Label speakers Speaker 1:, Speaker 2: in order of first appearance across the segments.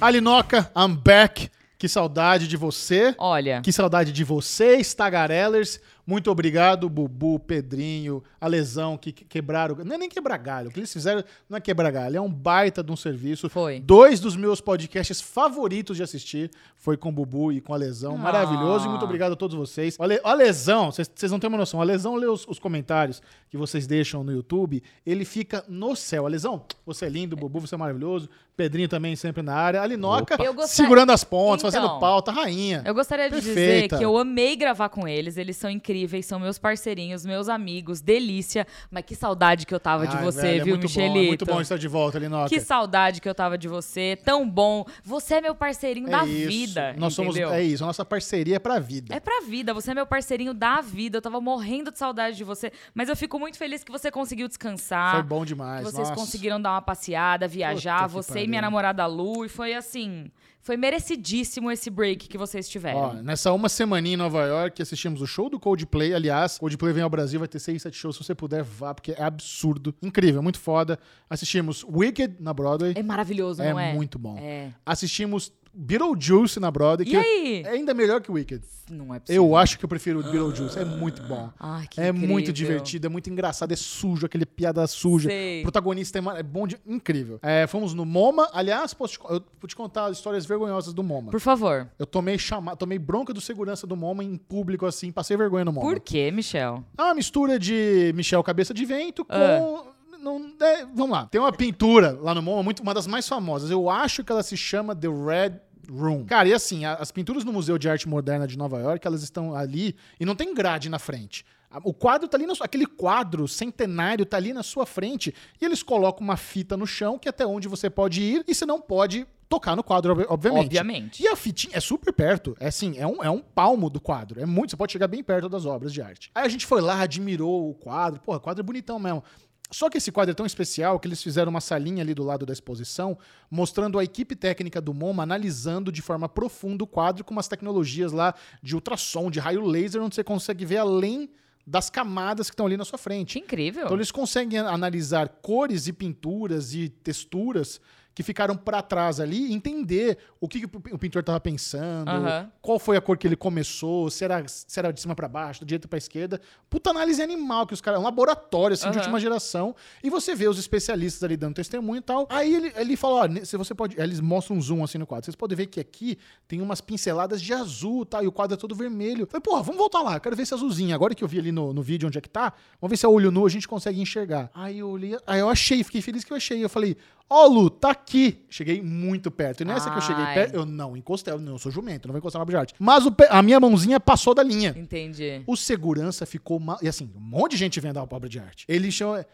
Speaker 1: Alinoca, I'm back. Que saudade de você.
Speaker 2: Olha,
Speaker 1: Que saudade de vocês, tagarellers. Muito obrigado, Bubu, Pedrinho, a Lesão, que que- quebraram. Não é nem quebrar galho. O que eles fizeram não é quebrar galho, é um baita de um serviço.
Speaker 2: Foi.
Speaker 1: Dois dos meus podcasts favoritos de assistir foi com o Bubu e com a Lesão. Maravilhoso.
Speaker 2: Ah.
Speaker 1: E muito obrigado a todos vocês. Olha, a Lesão, vocês vocês não têm uma noção. A Lesão lê os, os comentários que vocês deixam no YouTube. Ele fica no céu. A Lesão, você é lindo, Bubu, você é maravilhoso. Pedrinho também sempre na área. A Linoca
Speaker 2: Eu gostar-
Speaker 1: segurando as pontas,
Speaker 2: Então.
Speaker 1: fazendo pauta, rainha.
Speaker 2: eu gostaria de
Speaker 1: Perfeita.
Speaker 2: dizer que eu amei gravar com eles. Eles são incríveis, são meus parceirinhos, meus amigos, delícia. Mas que saudade que eu tava de
Speaker 1: Ai,
Speaker 2: você,
Speaker 1: velho, é
Speaker 2: viu,
Speaker 1: muito bom,
Speaker 2: Michelito?
Speaker 1: é muito bom estar de volta, Linoca.
Speaker 2: Que saudade que eu tava de você. Tão bom. Você é meu parceirinho
Speaker 1: É
Speaker 2: da
Speaker 1: isso.
Speaker 2: vida.
Speaker 1: Nós somos,
Speaker 2: entendeu?
Speaker 1: é isso, a nossa parceria é pra vida.
Speaker 2: É pra vida, você é meu parceirinho da vida. Eu tava morrendo de saudade de você. Mas eu fico muito feliz que você conseguiu descansar.
Speaker 1: Foi bom
Speaker 2: que
Speaker 1: demais,
Speaker 2: vocês
Speaker 1: nossa.
Speaker 2: conseguiram dar uma passeada, viajar,
Speaker 1: Puta que
Speaker 2: você e
Speaker 1: pariu.
Speaker 2: minha namorada Lu. E foi assim. Foi merecidíssimo esse break que vocês
Speaker 1: Ó,
Speaker 2: tiveram.
Speaker 1: nessa uma semaninha em Nova York, assistimos o show do Coldplay. Aliás, Coldplay vem ao Brasil, vai ter seis, sete shows. Se você puder, vá, porque é absurdo. Incrível, muito foda. Assistimos Wicked na Broadway.
Speaker 2: é maravilhoso,
Speaker 1: É
Speaker 2: não é?
Speaker 1: muito bom.
Speaker 2: É.
Speaker 1: Assistimos Beetlejuice na Broadway.
Speaker 2: E
Speaker 1: que
Speaker 2: aí?
Speaker 1: É ainda melhor que Wicked.
Speaker 2: Não é possível.
Speaker 1: Eu acho que eu prefiro Beetlejuice. É muito bom.
Speaker 2: Ai, Ah, que
Speaker 1: é muito
Speaker 2: incrível.
Speaker 1: divertido, é muito engraçado, é sujo, aquele piada suja.
Speaker 2: Sei.
Speaker 1: O protagonista é, mar- é bom de. incrível. É, fomos no MoMA. Aliás, posso te, co- eu vou te contar histórias vergonhosas do MoMA.
Speaker 2: Por favor.
Speaker 1: Eu tomei chama, tomei bronca do segurança do MoMA em público, assim, passei vergonha no MoMA.
Speaker 2: Por quê, Michel?
Speaker 1: É uma mistura de Michel Cabeça de Vento com.
Speaker 2: Ah.
Speaker 1: não- é, vamos lá. Tem uma pintura lá no MoMA, muito, uma das mais famosas. Eu acho que ela se chama The Red Room. Cara, e assim, a- as pinturas no Museu de Arte Moderna de Nova York, elas estão ali e não tem grade na frente. A- O quadro tá ali na sua, aquele quadro centenário tá ali na sua frente e eles colocam uma fita no chão que é até onde você pode ir e você não pode tocar no quadro, ob- obviamente.
Speaker 2: Obviamente.
Speaker 1: E a fitinha é super perto. É assim, é um, é um palmo do quadro. É muito, você pode chegar bem perto das obras de arte. Aí a gente foi lá, admirou o quadro. Porra, o quadro é bonitão mesmo. Só que esse quadro é tão especial que eles fizeram uma salinha ali do lado da exposição, mostrando a equipe técnica do MoMA analisando de forma profunda o quadro com umas tecnologias lá de ultrassom, de raio laser, onde você consegue ver além das camadas que estão ali na sua frente.
Speaker 2: Que incrível.
Speaker 1: Então eles conseguem analisar cores e pinturas e texturas que ficaram pra trás ali e entender o que, que o pintor estava pensando,
Speaker 2: Aham.
Speaker 1: qual foi a cor que ele começou, se era, se era de cima pra baixo, do direito pra esquerda. Puta análise animal que os caras. É um laboratório, assim, de
Speaker 2: Aham.
Speaker 1: última geração. E você vê os especialistas ali dando testemunho e tal. Aí ele, ele fala: ó, ne- se você pode. Aí eles mostram um zoom assim no quadro. Vocês podem ver que aqui tem umas pinceladas de azul, tá? E o quadro é todo vermelho. Eu Falei, porra, vamos voltar lá. eu Quero ver esse azulzinho. Agora que eu vi ali no, no vídeo onde é que tá, vamos ver se é olho nu a gente consegue enxergar. Aí eu olhei. Aí eu achei, fiquei feliz que eu achei. Eu falei. Ó, Lu, tá aqui. Cheguei muito perto. E nessa que eu cheguei
Speaker 2: Ai.
Speaker 1: perto, eu não encostei, eu não eu sou jumento, eu não vou encostar na obra de arte. Mas o pé- a minha mãozinha passou da linha.
Speaker 2: Entendi.
Speaker 1: O segurança ficou mal. E assim, um monte de gente vem dar uma obra de arte. Ele chama.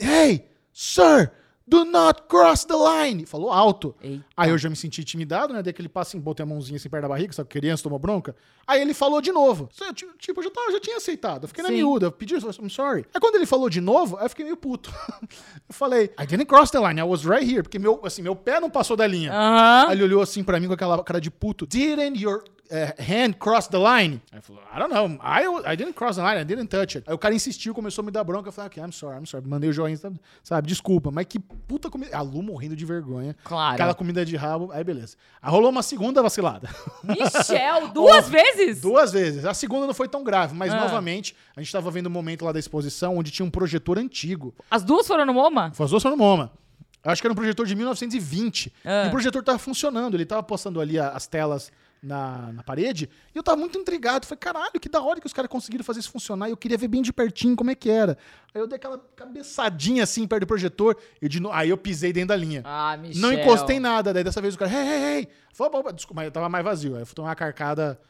Speaker 1: Hey, sir, do not cross the line! Falou alto.
Speaker 2: Eita.
Speaker 1: Aí eu já me senti intimidado, né? Daí aquele passo assim, botei a mãozinha assim perto da barriga, sabe? Criança tomou bronca. Aí ele falou de novo. Só, eu, ti- Tipo, eu já, tava, eu já tinha aceitado. Eu fiquei na
Speaker 2: Sim.
Speaker 1: miúda, eu pedi, I'm sorry. Aí quando ele falou de novo, aí eu fiquei meio puto. eu falei, I didn't cross the line, I was right here. Porque meu, assim, meu pé não passou da linha.
Speaker 2: Aham.
Speaker 1: Aí ele olhou assim pra mim com aquela cara de puto. Didn't your eh, hand cross the line? Aí falou, I don't know. I, w- I didn't cross the line, I didn't touch it. Aí o cara insistiu, começou a me dar bronca. Eu falei, ok, I'm sorry, I'm sorry. Mandei o joinha, sabe? sabe? Desculpa, mas que puta comida. A Lu morrendo de vergonha.
Speaker 2: Claro.
Speaker 1: Aquela comida de rabo. Aí beleza. Aí rolou uma segunda vacilada.
Speaker 2: Michel, duas
Speaker 1: Ó,
Speaker 2: vezes?
Speaker 1: Duas vezes. A segunda não foi tão grave, mas
Speaker 2: Ah.
Speaker 1: novamente, a gente tava vendo um momento lá da exposição onde tinha um projetor antigo.
Speaker 2: As duas foram no MoMA?
Speaker 1: Foi as duas foram no MoMA. Eu acho que era um projetor de 1920.
Speaker 2: Ah.
Speaker 1: E o projetor tava funcionando. Ele tava postando ali a- as telas na, na parede. E eu tava muito intrigado. Falei, caralho, que da hora que os caras conseguiram fazer isso funcionar. E eu queria ver bem de pertinho como é que era. Aí eu dei aquela cabeçadinha assim perto do projetor. E de no... Aí eu pisei dentro da linha.
Speaker 2: Ah, Michel.
Speaker 1: Não encostei nada. Daí dessa vez o cara, hey, hey, hey. Falei, opa, opa, desculpa, mas eu tava mais vazio. Aí eu fui tomar uma carcada,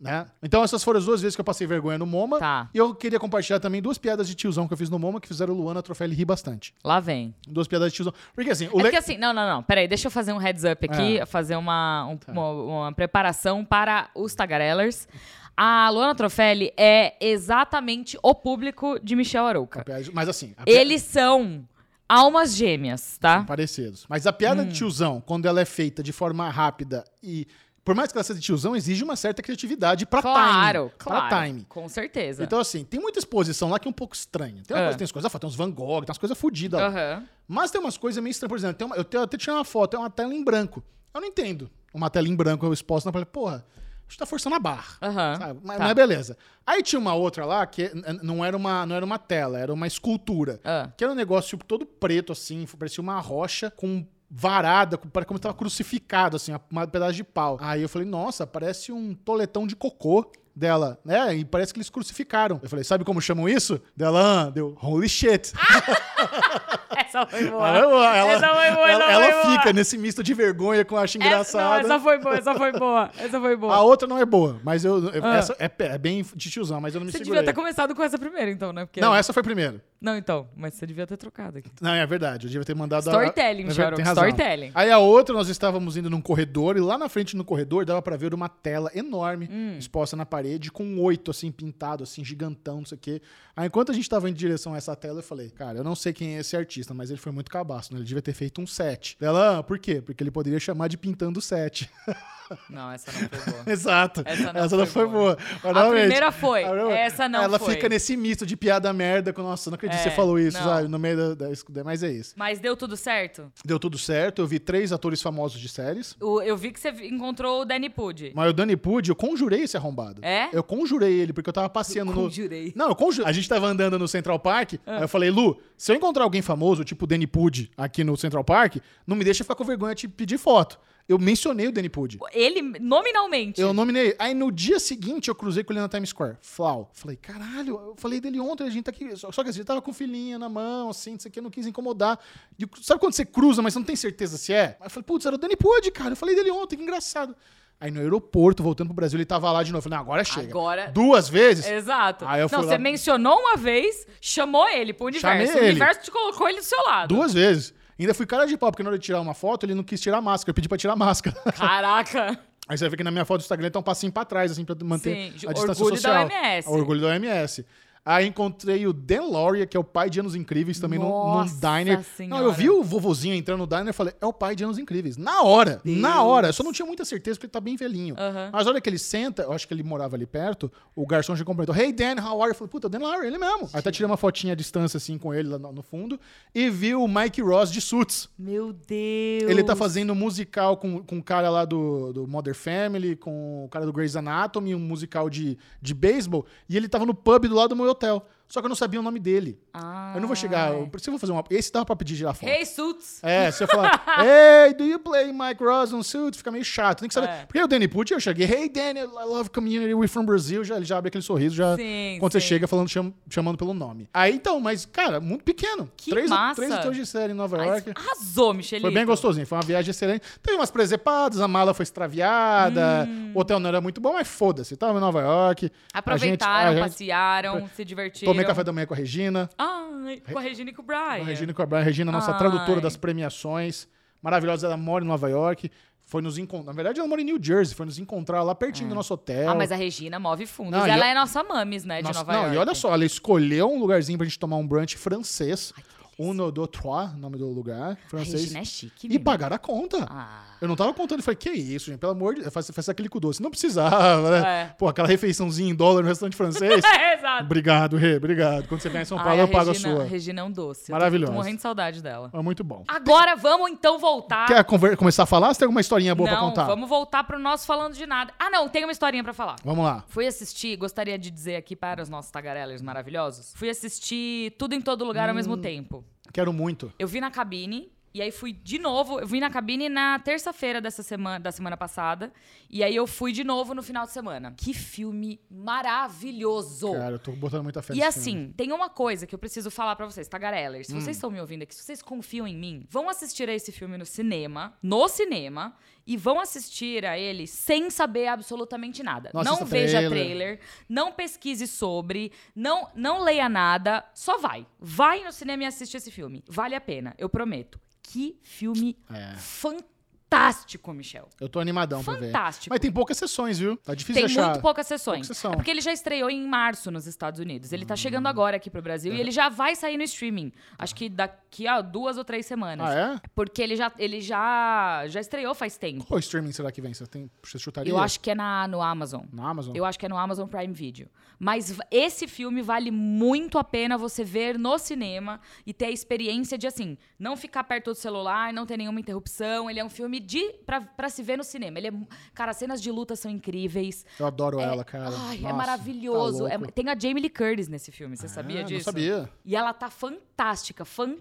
Speaker 1: né? Então essas foram as duas vezes que eu passei vergonha no MoMA.
Speaker 2: Tá.
Speaker 1: E eu queria compartilhar também duas piadas de tiozão que eu fiz no MoMA que fizeram o Luana Trofelli rir bastante.
Speaker 2: Lá vem.
Speaker 1: Duas piadas de tiozão. Porque assim, o le- É.
Speaker 2: É porque assim, não, não, não. Peraí, deixa eu fazer um heads up aqui, fazer uma, um-
Speaker 1: Tá.
Speaker 2: uma, uma preparação para os tagarellers. A Luana Trofelli é exatamente o público de Michel Arouca.
Speaker 1: Mas assim, a Ah. piada-
Speaker 2: Eles são almas gêmeas, tá? Hum.
Speaker 1: parecidos. Mas a piada de tiozão, quando ela é feita de forma rápida e por mais que ela seja de tiozão, exige uma certa criatividade pra
Speaker 2: Claro,
Speaker 1: time.
Speaker 2: claro.
Speaker 1: Pra time.
Speaker 2: Com certeza.
Speaker 1: Então, assim, tem muita exposição lá que é um pouco estranha. Tem, uma
Speaker 2: Ah.
Speaker 1: coisa, tem as coisas, ah, tem uns Van Gogh, tem umas coisas fodidas lá.
Speaker 2: Aham.
Speaker 1: Mas tem umas coisas meio estranhas. Por exemplo, tem uma- eu, tenho- eu até tirei uma foto, é uma tela em branco. Eu não entendo. Uma tela em branco eu exposto na porra, acho que tá forçando a barra.
Speaker 2: Aham.
Speaker 1: Sabe? Mas,
Speaker 2: Tá.
Speaker 1: mas beleza. Aí tinha uma outra lá que n- n- não era uma, não era uma tela, era uma escultura.
Speaker 2: Ah.
Speaker 1: Que era um negócio todo preto, assim, parecia uma rocha com varada, com- pare- como se tava crucificado, assim, uma- um pedaço de pau. Aí eu falei, nossa, parece um toletão de cocô dela, né? E parece que eles crucificaram. Eu falei, sabe como chamam isso? Dela, ah, deu, holy shit.
Speaker 2: Essa foi boa.
Speaker 1: Ela, é ela-
Speaker 2: Ah, essa foi boa,
Speaker 1: ela-
Speaker 2: essa
Speaker 1: ela
Speaker 2: foi boa.
Speaker 1: fica né? nesse misto de vergonha com acho
Speaker 2: Essa, não, é
Speaker 1: engraçado.
Speaker 2: essa foi boa, essa foi boa. Essa foi boa.
Speaker 1: A outra não é boa, mas eu, eu-
Speaker 2: Ah.
Speaker 1: essa é, pe- é bem de tiozão, mas eu não me
Speaker 2: Você devia
Speaker 1: segurei.
Speaker 2: ter começado com essa primeira, então, né? Porque...
Speaker 1: Não, é- essa foi primeiro.
Speaker 2: Não, então, mas você devia ter trocado aqui.
Speaker 1: Não, é verdade. Eu devia ter mandado a-
Speaker 2: Storytelling,
Speaker 1: é ver-
Speaker 2: Xarope,
Speaker 1: tem razão.
Speaker 2: storytelling.
Speaker 1: Aí a outra, nós estávamos indo num corredor e lá na frente no corredor dava pra ver uma tela enorme
Speaker 2: Hum.
Speaker 1: exposta na parede com um oito assim pintado, assim, gigantão, não sei o quê. Aí enquanto a gente tava indo em direção a essa tela, eu falei, cara, eu não sei quem é esse artista, mas ele foi muito cabaço, né? Ele devia ter feito um sete. Ela, ah, por quê? Porque ele poderia chamar de pintando sete.
Speaker 2: Não, essa não foi boa.
Speaker 1: Exato.
Speaker 2: Essa não foi
Speaker 1: foi,
Speaker 2: boa.
Speaker 1: boa. Mas,
Speaker 2: A
Speaker 1: realmente,
Speaker 2: primeira foi,
Speaker 1: primeira-
Speaker 2: essa não
Speaker 1: Ela
Speaker 2: foi.
Speaker 1: fica nesse misto de piada merda com, nossa, não acredito que
Speaker 2: É,
Speaker 1: você falou isso,
Speaker 2: não.
Speaker 1: sabe? No meio da, da escuta, mas é isso.
Speaker 2: Mas deu tudo certo?
Speaker 1: Deu tudo certo, eu vi três atores famosos de séries.
Speaker 2: O- eu vi que você encontrou o Danny Pud.
Speaker 1: Mas o Danny Pudi, eu conjurei esse arrombado.
Speaker 2: É?
Speaker 1: Eu conjurei ele, porque eu tava passeando no...
Speaker 2: Conjurei. Ah.
Speaker 1: Não, eu conjurei. A gente tava andando no Central Park, aí eu falei, Lu, se eu encontrar alguém famoso, tipo o Danny Pudi, aqui no Central Park, não me deixa ficar com vergonha de pedir foto. Eu mencionei o Danny Pudi.
Speaker 2: Ele, nominalmente.
Speaker 1: Eu nominei. Aí no dia seguinte eu cruzei com ele na Times Square. Flau. Falei, caralho, eu falei dele ontem, a gente tá aqui. Só só que assim, ele tava com filhinha na mão, assim, não sei o que, não quis incomodar. E eu- sabe quando você cruza, mas você não tem certeza se é? Aí eu falei, putz, era o Danny Pud, cara. Eu falei dele ontem, que engraçado. Aí no aeroporto, voltando pro Brasil, ele tava lá de novo. Eu falei, não, agora chega.
Speaker 2: Agora-
Speaker 1: Duas vezes?
Speaker 2: Exato.
Speaker 1: Aí eu
Speaker 2: não,
Speaker 1: fui
Speaker 2: você
Speaker 1: lá-
Speaker 2: mencionou uma vez, chamou ele pro universo.
Speaker 1: Chamei
Speaker 2: o
Speaker 1: ele.
Speaker 2: universo te colocou ele do seu lado.
Speaker 1: Duas vezes. Ainda fui cara de pau, porque na hora de tirar uma foto, ele não quis tirar a máscara. Eu pedi pra tirar a máscara.
Speaker 2: Caraca.
Speaker 1: Aí você vê que na minha foto do Instagram ele tá um passinho pra trás, assim, pra manter
Speaker 2: Sim,
Speaker 1: a distância
Speaker 2: orgulho da
Speaker 1: social.
Speaker 2: OMS.
Speaker 1: O Orgulho da OMS. Aí encontrei o Dan Lauria, que é o pai de Anos Incríveis, também num-
Speaker 2: Nossa
Speaker 1: num diner.
Speaker 2: Senhora.
Speaker 1: Não, eu vi o vovozinho entrando no diner e falei, é o pai de Anos Incríveis. Na hora, na hora. Eu só não tinha muita certeza, porque ele tá bem velhinho.
Speaker 2: Aham.
Speaker 1: Mas a hora que ele senta, eu acho que ele morava ali perto, o garçom já completou, hey Dan, how are you? Eu falei, puta, o Dan Lauria, ele mesmo. Aí até tirei uma fotinha à distância, assim, com ele lá no no fundo. E vi o Mike Ross de Suits.
Speaker 2: Meu Deus.
Speaker 1: Ele tá fazendo um musical com, com o cara lá do, do Mother Family, com o cara do Grey's Anatomy, um musical de, de beisebol, e ele tava no pub do lado do meu hotel. Só que eu não sabia o nome dele.
Speaker 2: Ah.
Speaker 1: Eu não vou chegar. Eu, se eu vou fazer uma. Esse dava pra pedir tirar foto.
Speaker 2: Hey, Suits.
Speaker 1: É, se eu falar, hey, do you play Mike Ross on Suits? Fica meio chato. Tem que saber.
Speaker 2: É.
Speaker 1: Porque o Danny Pucci, eu cheguei, hey, Danny, I love community, we're from Brazil. Já, ele já abre aquele sorriso, já.
Speaker 2: Sim,
Speaker 1: quando
Speaker 2: sim.
Speaker 1: você chega falando, cham- chamando pelo nome. Aí então, mas, cara, muito pequeno.
Speaker 2: Que
Speaker 1: três,
Speaker 2: massa.
Speaker 1: três atores de série em Nova
Speaker 2: Mas
Speaker 1: York.
Speaker 2: Arrasou, Michelito.
Speaker 1: Foi bem gostosinho, foi uma viagem excelente. Teve umas presepadas, a mala foi extraviada,
Speaker 2: Hum.
Speaker 1: o hotel não era muito bom, mas foda-se. Tava em Nova York.
Speaker 2: Aproveitaram,
Speaker 1: a gente- a gente-
Speaker 2: passearam, se divertiram.
Speaker 1: Tomei café da manhã com a Regina,
Speaker 2: Ai, com a Regina e com o Brian.
Speaker 1: com a Regina e com a Brian. Regina, nossa
Speaker 2: é. Ai.
Speaker 1: tradutora das premiações. Maravilhosa, ela mora em Nova York. Foi nos encontrar. Na verdade, ela mora em New Jersey, foi nos encontrar lá pertinho do nosso hotel.
Speaker 2: Ah, mas a Regina move fundos.
Speaker 1: Não, e
Speaker 2: ela
Speaker 1: eu-
Speaker 2: é nossa mames, né, de
Speaker 1: Nossa,
Speaker 2: Nova
Speaker 1: não,
Speaker 2: York.
Speaker 1: e olha só, ela escolheu um lugarzinho pra gente tomar um brunch francês. Uno do Trois, nome do lugar.
Speaker 2: A
Speaker 1: Francês.
Speaker 2: Regina é chique,
Speaker 1: E
Speaker 2: mesmo.
Speaker 1: pagaram a conta.
Speaker 2: Ah,
Speaker 1: Eu não tava contando, eu falei, que isso, gente, pelo amor de Deus, faz, faz aquele cu doce. Não precisava, né?
Speaker 2: É.
Speaker 1: Pô, aquela refeiçãozinha em dólar no restaurante francês.
Speaker 2: É, exato.
Speaker 1: obrigado, Rê, obrigado. Quando você vier em São Paulo,
Speaker 2: Ai, Ah, a
Speaker 1: eu pago
Speaker 2: Regina,
Speaker 1: a
Speaker 2: A
Speaker 1: sua.
Speaker 2: Regina é um doce. Eu
Speaker 1: Maravilhosa.
Speaker 2: tô- tô morrendo de saudade dela.
Speaker 1: É muito bom.
Speaker 2: Agora vamos então voltar.
Speaker 1: Quer conver- começar a falar? Você tem alguma historinha boa pra
Speaker 2: não,
Speaker 1: contar?
Speaker 2: vamos voltar pro nosso falando de nada. Ah, não, tem uma historinha pra falar.
Speaker 1: Vamos lá.
Speaker 2: Fui assistir, gostaria de dizer aqui para os nossos tagarelas maravilhosos. Fui assistir tudo em todo lugar ao mesmo
Speaker 1: Hum.
Speaker 2: tempo.
Speaker 1: Quero muito.
Speaker 2: Eu vi na cabine. E aí fui de novo, eu vim na cabine na terça-feira dessa semana, da semana passada, e aí eu fui de novo no final de semana. Que filme maravilhoso.
Speaker 1: Cara, eu tô botando muita fé
Speaker 2: E
Speaker 1: nesse filme. Hum.
Speaker 2: assim, tem uma coisa que eu preciso falar pra vocês, tagarellers. Se vocês estão me ouvindo aqui, se vocês confiam em mim, vão assistir a esse filme no cinema, no cinema, e vão assistir a ele sem saber absolutamente nada.
Speaker 1: Não
Speaker 2: não
Speaker 1: assista
Speaker 2: veja
Speaker 1: trailer.
Speaker 2: trailer, não pesquise sobre, não, não leia nada, só vai. Vai no cinema e assiste esse filme. Vale a pena, eu prometo. Que filme
Speaker 1: É.
Speaker 2: fantástico. fantástico, Michel.
Speaker 1: Eu tô animadão pra ver.
Speaker 2: Fantástico.
Speaker 1: Mas tem poucas sessões, viu? Tá difícil
Speaker 2: Tem
Speaker 1: de achar.
Speaker 2: muito poucas sessões.
Speaker 1: Pouca sessão. Hum.
Speaker 2: É porque ele já estreou em março nos Estados Unidos. Ele tá chegando agora aqui pro Brasil
Speaker 1: É.
Speaker 2: e ele já vai sair no streaming. Acho que daqui a duas ou três semanas.
Speaker 1: Ah, é?
Speaker 2: Porque ele já, ele já, já estreou faz tempo.
Speaker 1: Qual streaming será que vem? Você, tem, você chutaria?
Speaker 2: Eu acho que é na, no Amazon.
Speaker 1: Na Amazon?
Speaker 2: Eu acho que é no Amazon Prime Video. Mas v- esse filme vale muito a pena você ver no cinema e ter a experiência de, assim, não ficar perto do celular, não ter nenhuma interrupção. Ele é um filme de pra, pra se ver no cinema. Ele é, mu- cara, as cenas de luta são incríveis.
Speaker 1: Eu adoro
Speaker 2: É-
Speaker 1: ela, cara.
Speaker 2: Ai,
Speaker 1: Nossa,
Speaker 2: é
Speaker 1: tá
Speaker 2: maravilhoso. É-
Speaker 1: louco.
Speaker 2: tem a Jamie Lee Curtis nesse filme, você
Speaker 1: É,
Speaker 2: sabia
Speaker 1: Não
Speaker 2: disso?
Speaker 1: sabia.
Speaker 2: E ela tá fantástica, fan,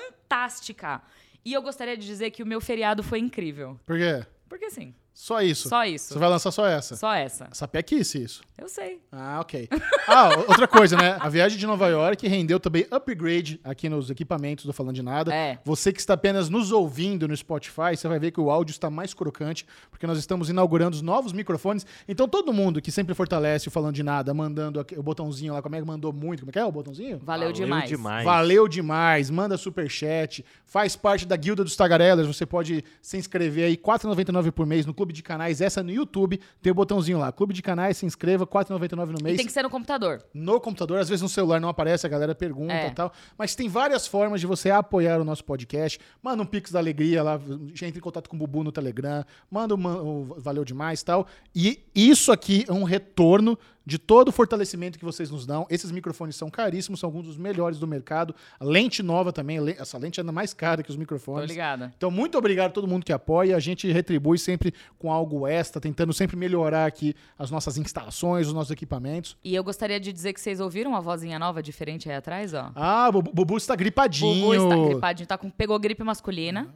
Speaker 2: fantástica. E eu gostaria de dizer que o meu feriado foi incrível.
Speaker 1: Por quê?
Speaker 2: Porque assim,
Speaker 1: Só isso.
Speaker 2: só
Speaker 1: Você
Speaker 2: isso.
Speaker 1: vai lançar só essa?
Speaker 2: Só essa.
Speaker 1: Essa pequice, isso.
Speaker 2: Eu sei.
Speaker 1: Ah, ok. Ah, o- outra coisa, né? A viagem de Nova York rendeu também upgrade aqui nos equipamentos do Falando de Nada.
Speaker 2: É.
Speaker 1: Você que está apenas nos ouvindo no Spotify, você vai ver que o áudio está mais crocante, porque nós estamos inaugurando os novos microfones. Então todo mundo que sempre fortalece o Falando de Nada, mandando aqui- o botãozinho lá, como é que mandou muito, como é que é o botãozinho?
Speaker 2: Valeu, demais.
Speaker 1: Valeu demais, manda superchat, faz parte da Guilda dos Tagarelas, você pode se inscrever aí, R$ 4,99 por mês no Clube de Canais, essa é no YouTube, tem o botãozinho lá, Clube de Canais, se inscreva, R$ 4,99 no
Speaker 2: E
Speaker 1: mês,
Speaker 2: tem que ser no computador.
Speaker 1: no computador, às vezes no celular não aparece, a galera pergunta
Speaker 2: É.
Speaker 1: e tal, mas tem várias formas de você apoiar o nosso podcast, manda um Pix da Alegria lá, já entra em contato com o Bubu no Telegram, manda um, man- um Valeu Demais e tal, e isso aqui é um retorno de todo o fortalecimento que vocês nos dão, esses microfones são caríssimos, são alguns dos melhores do mercado, A lente nova também, le- essa lente é ainda mais cara que os
Speaker 2: Tô
Speaker 1: microfones,
Speaker 2: ligada.
Speaker 1: então, muito obrigado a todo mundo que apoia. A gente retribui sempre com algo extra, tentando sempre melhorar aqui as nossas instalações, os nossos equipamentos.
Speaker 2: E eu gostaria de dizer que vocês ouviram uma vozinha nova diferente aí atrás, ó.
Speaker 1: Ah, Bubu, Bubu está gripadinho.
Speaker 2: Bubu está gripadinho, tá com, pegou gripe masculina.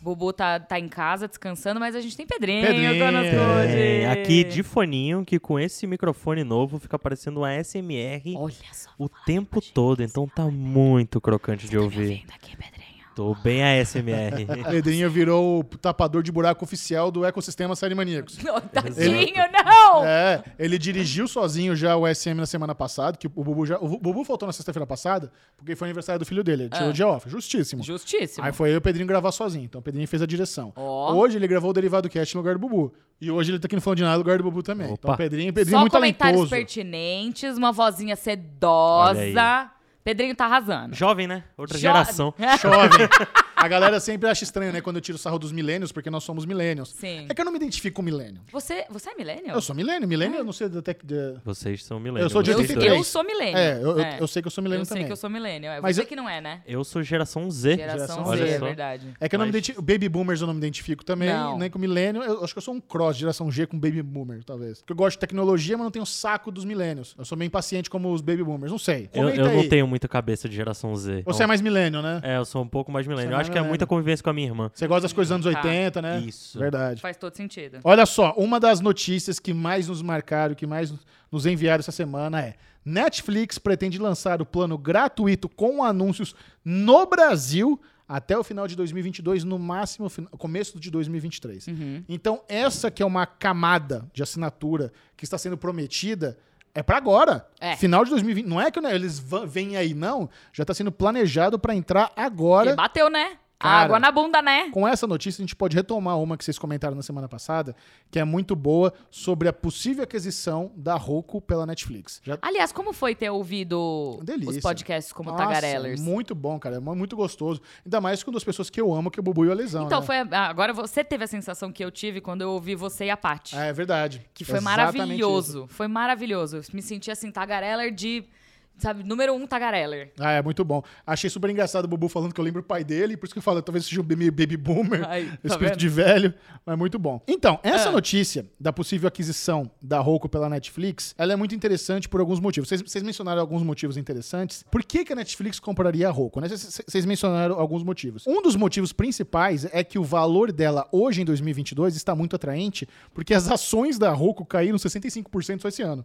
Speaker 2: Bubu tá, tá em casa descansando, mas a gente tem Pedrinho,
Speaker 1: Ah. Pedrinho.
Speaker 2: com nós hoje.
Speaker 3: É, aqui de foninho, que com esse microfone novo fica parecendo um uma SMR
Speaker 2: Olha só.
Speaker 3: o tempo todo, então tá muito crocante de
Speaker 2: Tá me
Speaker 3: ouvir.
Speaker 2: ouvindo aqui, Pedrinho?
Speaker 3: Tô bem a SMR.
Speaker 1: Pedrinho virou o tapador de buraco oficial do ecossistema Série Maníacos.
Speaker 2: Não, tadinho, não!
Speaker 1: É, ele dirigiu sozinho já o SM na semana passada, que o Bubu já. O Bubu faltou na sexta-feira passada, porque foi aniversário do filho dele. Ele tirou o dia off. Justíssimo.
Speaker 2: Ah. Justíssimo.
Speaker 1: Aí foi eu e o Pedrinho gravar sozinho. Então o Pedrinho fez a direção.
Speaker 2: Ó.
Speaker 1: Hoje ele gravou o Derivado Cast no lugar do Bubu. E hoje ele tá aqui no Falando de Nada no lugar do Bubu também. Então
Speaker 3: Opa.
Speaker 1: o Pedrinho, o Pedrinho é
Speaker 2: Só
Speaker 1: muito
Speaker 2: comentários
Speaker 1: talentoso.
Speaker 2: pertinentes, uma vozinha
Speaker 3: Olha
Speaker 2: sedosa. Pedrinho tá arrasando.
Speaker 3: Jovem, né? Outra
Speaker 2: Jo-
Speaker 3: geração.
Speaker 1: Jovem. A galera sempre acha estranho, né? Quando eu tiro sarro dos milênios, porque nós somos milênios.
Speaker 2: Sim.
Speaker 1: É que eu não me identifico com milênio.
Speaker 2: Você, você é millennial?
Speaker 1: Eu sou milênio. Milênio
Speaker 2: É.
Speaker 1: eu não sei até que... de-
Speaker 3: Vocês são milênios.
Speaker 1: Eu sou de
Speaker 3: vocês
Speaker 2: eu,
Speaker 1: 83.
Speaker 3: dois.
Speaker 2: eu sou millennial.
Speaker 1: É, eu, eu-
Speaker 2: É.
Speaker 1: eu sei que eu sou milênio
Speaker 2: eu sei
Speaker 1: também.
Speaker 2: que eu sou millennial. É
Speaker 1: Mas
Speaker 2: você
Speaker 1: eu-
Speaker 2: que não é, né?
Speaker 3: Eu sou geração Z.
Speaker 2: Geração
Speaker 1: geração
Speaker 2: Z,
Speaker 1: Z.
Speaker 2: é
Speaker 3: Olha só.
Speaker 2: verdade.
Speaker 1: É que eu não me
Speaker 3: Mas-
Speaker 1: identifico. Baby Boomers eu não me identifico também,
Speaker 2: Não.
Speaker 1: nem com milênio. Eu acho que eu sou um cross, geração G com Baby Boomer, talvez. Porque eu gosto de tecnologia, mas não tenho saco dos milênios. Eu sou meio impaciente como os Baby Boomers, não sei.
Speaker 3: Eu,
Speaker 1: Comenta
Speaker 3: eu
Speaker 1: aí.
Speaker 3: não tenho muita cabeça de geração Z.
Speaker 1: Você é mais milênio, né?
Speaker 3: É, eu sou um pouco mais milênio.
Speaker 1: Você
Speaker 3: Eu
Speaker 1: é
Speaker 3: acho que é
Speaker 1: milênio.
Speaker 3: muita convivência com a minha irmã.
Speaker 1: Você gosta das coisas dos anos
Speaker 2: Tá.
Speaker 1: 80, né?
Speaker 3: Isso.
Speaker 1: Verdade.
Speaker 2: Faz todo sentido.
Speaker 1: Olha só, uma das notícias que mais nos marcaram, que mais nos enviaram essa semana é: Netflix pretende lançar o plano gratuito com anúncios no Brasil até o final de 2022, no máximo fin- começo de 2023. Então, essa que é uma camada de assinatura que está sendo prometida é para agora.
Speaker 2: É.
Speaker 1: Final de 2020. Não é que né, eles vão- vêm aí, não. Já está sendo planejado para entrar
Speaker 2: Porque
Speaker 1: agora.
Speaker 2: bateu, né?
Speaker 1: Cara.
Speaker 2: Água na bunda, né?
Speaker 1: Com essa notícia, a gente pode retomar uma que vocês comentaram na semana passada, que é muito boa, sobre a possível aquisição da Roku pela Netflix. Já...
Speaker 2: Aliás, como foi ter ouvido
Speaker 1: Uma delícia.
Speaker 2: os podcasts como
Speaker 1: Nossa,
Speaker 2: Tagarellers?
Speaker 1: Muito bom, cara. É muito gostoso. Ainda mais com duas pessoas que eu amo, que é o Bubu e o Alesão.
Speaker 2: Então,
Speaker 1: né?
Speaker 2: foi a- agora você teve a sensação que eu tive quando eu ouvi você e a Paty.
Speaker 1: É verdade.
Speaker 2: Que foi
Speaker 1: Exatamente
Speaker 2: maravilhoso. Foi maravilhoso. Eu me senti assim, Tagareller de. Sabe, número um Tagareller.
Speaker 1: isso. Ah, é muito bom. Achei super engraçado o Bubu falando que eu lembro o pai dele, por isso que eu falo, talvez seja um baby baby boomer.
Speaker 2: Aí, tá
Speaker 1: Espírito
Speaker 2: vendo?
Speaker 1: de velho, mas muito bom. Então, essa
Speaker 2: Ah.
Speaker 1: notícia da possível aquisição da Roku pela Netflix, ela é muito interessante por alguns motivos. Vocês, vocês mencionaram alguns motivos interessantes. Por que, que a Netflix compraria a Roku? né? Vocês vocês mencionaram alguns motivos. Um dos motivos principais é que o valor dela hoje, em 2022, está muito atraente, porque as ações da Roku caíram 65% só esse ano.